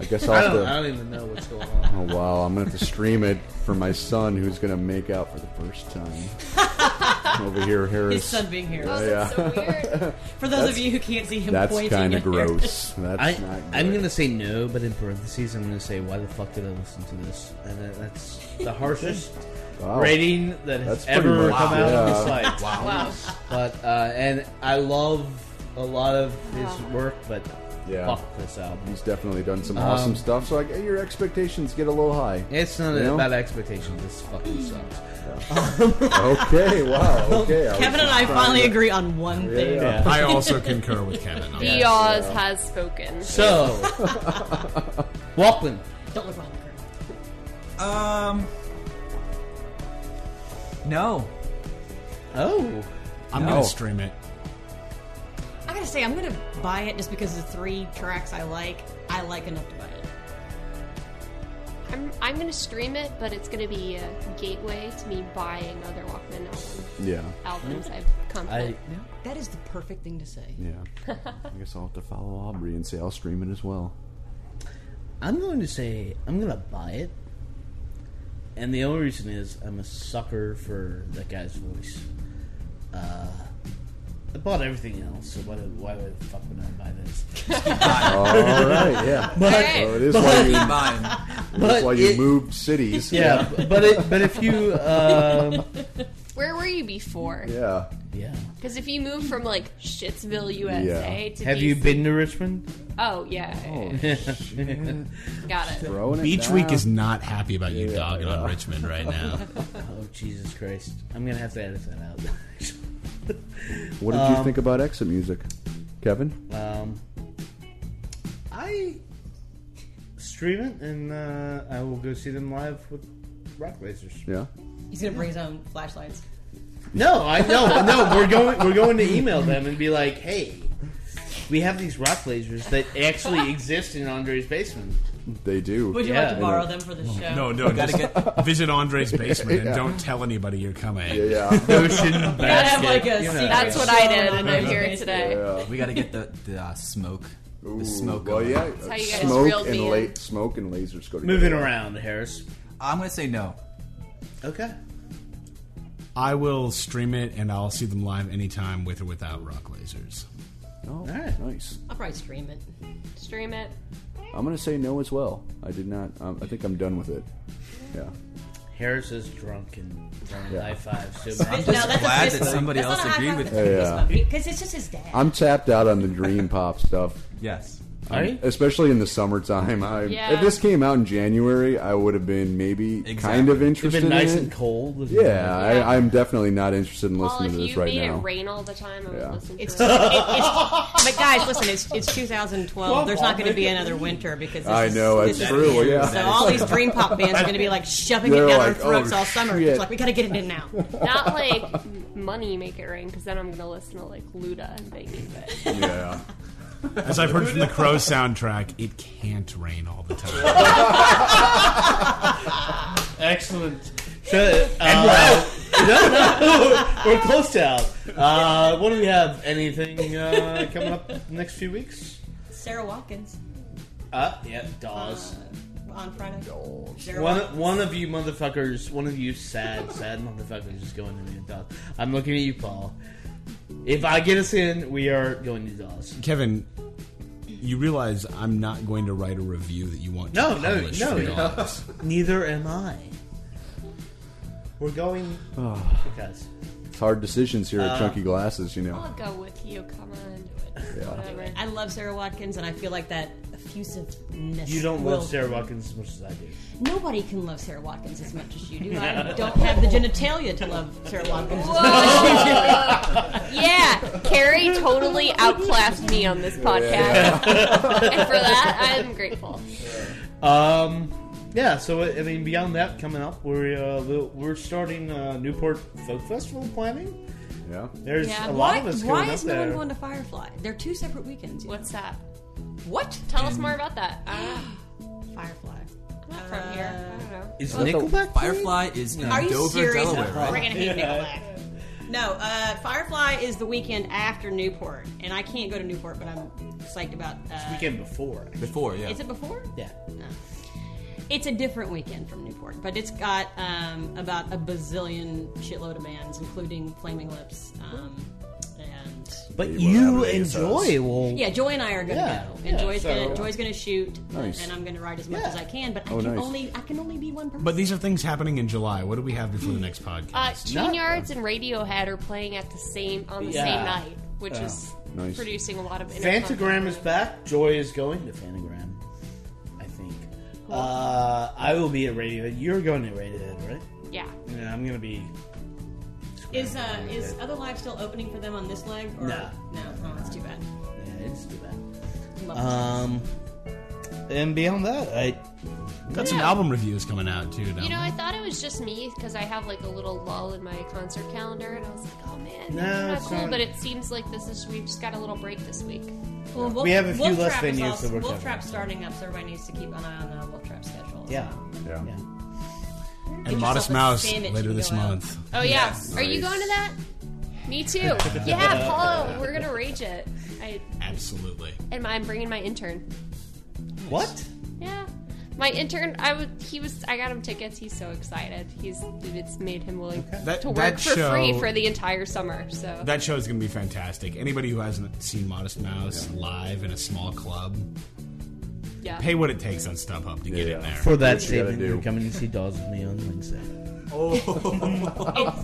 A: I guess I'll
F: I
A: have
F: don't,
A: to.
F: I don't even know what's going on.
A: Oh wow! I'm gonna have to stream it for my son, who's gonna make out for the
I: *laughs*
A: first time over here. Harris,
I: His son being here.
A: Yeah,
I: Oh,
A: yeah.
I: that's so weird. For those of you who can't see him
A: that's
I: pointing
A: kind
I: at
A: of
I: *laughs*
A: gross. That's
F: I,
A: not good.
F: I'm going to say no, but in parentheses, I'm going to say, why the fuck did I listen to this? And uh, that's the harshest
A: Wow.
F: rating that
A: That's
F: has
A: pretty
F: ever
A: much-
F: come out
A: yeah.
F: of the site.
A: Wow.
H: Wow.
F: But, uh, and I love a lot of his
H: Wow.
F: work, but
A: Yeah.
F: fuck this album.
A: He's definitely done some
F: Um,
A: awesome stuff. So I, your expectations get a little high.
F: It's not
A: You know? *laughs*
F: about expectations. This fucking sucks.
I: *laughs*
A: okay. Wow. Okay. I was
I: Kevin and
A: just
I: I
A: trying
I: finally
A: to-
I: agree on one thing.
A: Yeah.
G: I also concur with
H: *laughs*
G: Kevin. on
H: Diaz
G: that.
H: has spoken.
F: *laughs* So, Walkman.
I: Don't look behind the curtain.
J: Um. No.
F: Oh.
G: I'm
J: No.
G: gonna stream it.
I: *laughs* I gotta say, I'm gonna buy it just because the three tracks I like, I like enough to buy it.
H: I'm I'm gonna stream it, but it's gonna be a gateway to me buying other Walkman album,
A: Yeah.
H: albums
A: Mm-hmm.
H: I've come.
F: I,
I: That is the perfect thing to say.
A: Yeah. I guess I'll have to follow Aubrey and say I'll stream it as well.
F: I'm going to say Eh, I'm going to buy it. And the only reason is I'm a sucker for that guy's voice. Uh, I bought everything else, so why, do- why would the fuck would I buy
H: *laughs*
F: this?
A: All right. Yeah.
F: *laughs* But-
A: so it is why you. That's
F: but
A: why you
F: it-
A: moved cities.
F: Yeah, but it, but if you um,
H: Where were you before?
A: Yeah.
F: yeah,
H: Because if you move from like Shittsville, USA, to
F: have you
H: DC
F: been to Richmond?
H: Oh yeah,
F: *laughs*
H: got it.
A: Oh, Throwing it
G: Beach
A: down.
G: Week is not happy about you
A: Yeah,
G: dogging
A: yeah.
G: on Richmond
A: *laughs*
G: right now.
F: oh Jesus Christ! I'm gonna have to edit that out.
A: What did you
F: Um,
A: think about exit music, Kevin?
F: Um, I stream it, and uh, I will go see them live with Rock Lasers.
A: Yeah.
I: *laughs* He's gonna bring his own flashlights.
F: No, I no no. We're
I: *laughs*
F: going we're going to email them and be like, hey, we have these rock lasers that
I: *laughs*
F: actually exist in Andre's basement.
A: They do.
I: Would you
F: Yeah.
I: like to borrow them for the show?
G: No, no,
J: Gotta
G: just
K: *laughs*
G: visit
F: *laughs*
G: Andre's basement and
A: Yeah.
G: don't tell anybody you're coming.
A: Yeah.
K: *laughs*
A: yeah.
F: Ocean
I: You gotta have
F: basket.
I: like a
F: you know.
I: secret
H: That's what I
I: show
H: did,
I: on
K: *laughs*
H: and I'm
I: your
H: here
I: Facebook.
H: today.
A: Yeah.
J: We gotta get the, the uh, smoke.
A: Ooh,
J: the smoke.
A: Well,
J: going.
A: yeah.
H: how you guys
A: smoke
H: reel
A: and
H: me
A: la-
H: in.
A: smoke and lasers go together.
F: Moving around, Harris.
J: I'm gonna say no.
F: Okay.
G: I will stream it and I'll see them live anytime with or without rock lasers.
A: Oh,
F: right.
A: nice.
I: I'll probably stream it.
H: Stream it.
A: I'm gonna say no as well. I did not. Um, I think I'm done with it. Yeah.
F: Harris is drunk and throwing
A: Yeah.
F: high fives. So
I: No,
F: much.
I: that's
J: glad
I: a fist
J: that
I: bump.
J: somebody
I: that's
J: else
I: not a high
J: agreed
I: five,
J: with
I: that's a
A: me.
I: fist bump. Because it's just his dad.
A: I'm tapped out on the dream pop stuff.
J: Yes.
F: Are you?
M: Especially in the summertime. I,
F: Yeah.
M: If this came out in January, I would have been maybe kind
F: Exactly. It'd
M: of
F: been
M: interested.
F: nice
M: in
F: and
M: it.
F: cold.
M: Yeah, I, I'm definitely not interested in
H: Well,
M: listening
H: if
M: to this
H: you
M: right
H: made
M: now.
H: it rain all the time, I would listen to
I: It's,
H: it.
I: it, *laughs* it's, *laughs* but guys, listen, it's, it's 2012.
H: Well,
I: There's
H: I'll
I: not going to
H: make
I: be
H: it
I: another winter because this
M: I know,
I: is,
M: it's
I: this
M: true,
I: Is,
M: yeah.
I: So all these dream pop bands are going to be like shoving
M: They're
I: it down
M: like,
I: our throats
M: "Oh,
I: all summer.
M: shit."
I: It's like we got to get it
M: *laughs*
I: in now.
H: Not like m- money make it rain, because then I'm gonna listen to like Luda and Biggie. But
M: Yeah.
K: As I've heard from the Crow soundtrack, it can't rain all the time.
F: Excellent. So, uh, *laughs* no, no, we're close to out. Uh, what do we have? Anything uh, coming up next few weeks?
I: Sarah Watkins
F: Uh, yeah, Dawes.
I: on Friday. Sarah
F: One,
I: Watkins.
F: one of you motherfuckers, one of you sad, sad motherfuckers is going to be a Dawes. I'm looking at you, Paul. If I get us in, we are going to Dawes.
K: Kevin, you realize I'm not going to write a review that you want.
F: No,
K: to
F: no,
K: publish
F: no,
K: for
F: no.
K: Dawes.
F: Neither am I. We're going.
M: Oh.
F: Guys.
M: It's hard decisions here
I: Uh,
M: at Chunky Glasses, you
I: *laughs*
M: know.
H: I'll go with you. Come on.
I: Anyway, I love Sarah Watkins, and I feel like that effusiveness.
F: You don't
I: will-
F: love Sarah Watkins as much as I do.
I: Nobody can love Sarah Watkins as much as you do.
F: *laughs*
I: I don't have the genitalia to love Sarah Watkins. As much as you do.
H: yeah, Carrie totally outclassed me on this podcast, and for that *laughs* I'm
I: *laughs*
H: grateful.
F: Um, yeah. So I I mean, beyond that, coming up, we're uh, we'll- we're starting uh, Newport Folk Festival planning.
M: Yeah,
F: there's
I: Yeah.
F: a
I: why,
F: lot of us
I: Why
F: going up
I: is no
F: there.
I: one going to Firefly? They're two separate weekends.
H: What's that?
I: What?
H: Tell us more
I: *gasps*
H: about that. I
I: Firefly.
H: I'm not from here. I don't know.
J: Is
I: What the-
J: Nickelback? Firefly is in
I: Are you
J: Dover,
I: serious?
J: Delaware, right?
I: We're gonna hate Nickelback. No, uh, Firefly is the weekend after Newport, and I can't go to Newport, but I'm psyched about. Uh,
F: It's weekend before.
J: Before, yeah.
I: Is it before? Oh,
F: Yeah.
I: No. It's a different weekend from Newport, but it's got um, about a bazillion shitload of bands, including Flaming Lips. Um, and
F: But
I: Yeah,
F: you
I: whatever it is,
F: enjoy. Well,
I: yeah, Joy and I are gonna
F: Yeah,
I: go, and
F: yeah,
I: Joy's
F: so-
I: gonna Joy's gonna shoot,
K: Nice.
I: and I'm gonna ride as much as I can. But I
K: Oh,
I: can
K: nice.
I: only I can only be one person.
K: But these are things happening in July. What do we have before the next podcast?
H: Uh, Gene Yards and Radiohead are playing at the same on the
K: Yeah.
H: same night, which
F: Yeah.
H: is
F: Nice.
H: producing a lot of
F: Fantagram is back. Joy is going to Fantagram. I think. Uh, I will be at Radiohead. You're going to Radiohead, right?
H: Yeah.
F: Yeah, I'm gonna be.
I: Is uh, is other live still opening for them on this leg? Or?
F: No.
I: no, oh, that's too bad.
F: Yeah, it's too bad.
I: Love
F: Um, and beyond that, I
K: Got some
H: Yeah.
K: album reviews coming out too. Now.
H: You know, I thought it was just me because I have like a little lull in my concert calendar, and I was like, oh
F: No,
H: man, this is not
F: it's
H: cool.
F: not.
H: But it seems like this is we've just got a little break this week.
I: Well, Wolf,
F: We have a few
I: Wolf
F: less
I: Trap is
F: venues
I: also-
F: that we're
I: Wolf
F: covering.
I: Trap's starting up, so everybody needs to keep an eye on the Wolf Trap schedule.
F: Yeah.
K: Yeah.
I: Get
K: And
I: yourself
K: Modest
I: a
K: Mouse
I: sandwich when
K: later
I: you
K: this
I: go out.
K: month.
H: Oh yeah, are you going to that? Me too.
F: *laughs*
H: yeah, Paulo, we're gonna rage it. I
K: Absolutely.
H: and I'm bringing my intern.
F: What?
H: Yeah. My intern, I would. He was. I got him tickets. He's so excited. He's. It's made him willing
K: That-
H: to work
K: that
H: for
K: show-
H: free for the entire summer. So
K: That show is going to be fantastic. Anybody who hasn't seen Modest Mouse live in a small club,
H: yeah.
K: pay what it takes on StubHub to get in there.
F: For that statement, you're coming to see Dawes with me on Wednesday.
K: Oh.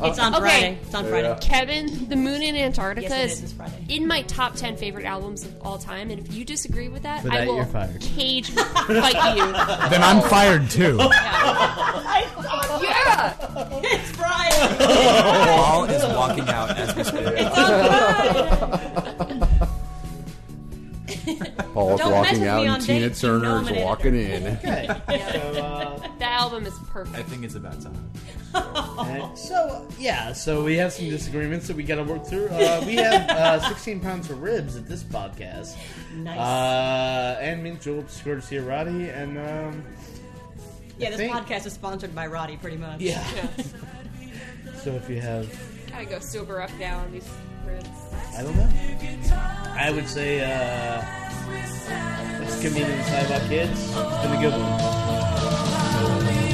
I: it's on Friday. It's on Friday. Yeah.
H: Kevin, The Moon in Antarctica
I: Yes, it is.
H: is
I: It's Friday.
H: in my top ten favorite albums of all time. And if you disagree with that,
K: For
H: I
K: that,
H: will
K: you're fired.
H: cage fight you.
K: *laughs* Then
H: *laughs*
K: I'm fired
F: *laughs*
K: too.
H: *laughs* Yeah.
I: it's Friday.
J: Paul is walking out as we speak.
M: Paul's
H: Don't mess
M: walking
H: with
M: out,
H: me on
M: and Tina
H: dates, you
M: Turner is
H: nominated
M: walking in.
H: that album is perfect.
J: I think it's about time.
F: Uh, so
I: *laughs*
F: yeah, so we have some disagreements that we got to work through. Uh, we have uh, 16 pounds for ribs at this podcast.
I: Nice.
F: Uh, and mint juleps, courtesy of Roddy, and um,
I: Yeah, this
F: think-
I: podcast is sponsored by Roddy, pretty much.
F: Yeah. *laughs* so if you have,
H: Gotta go sober up now on these ribs.
F: I don't know, I would say uh, it's comedian Sidewalk Kids. It's been a good one.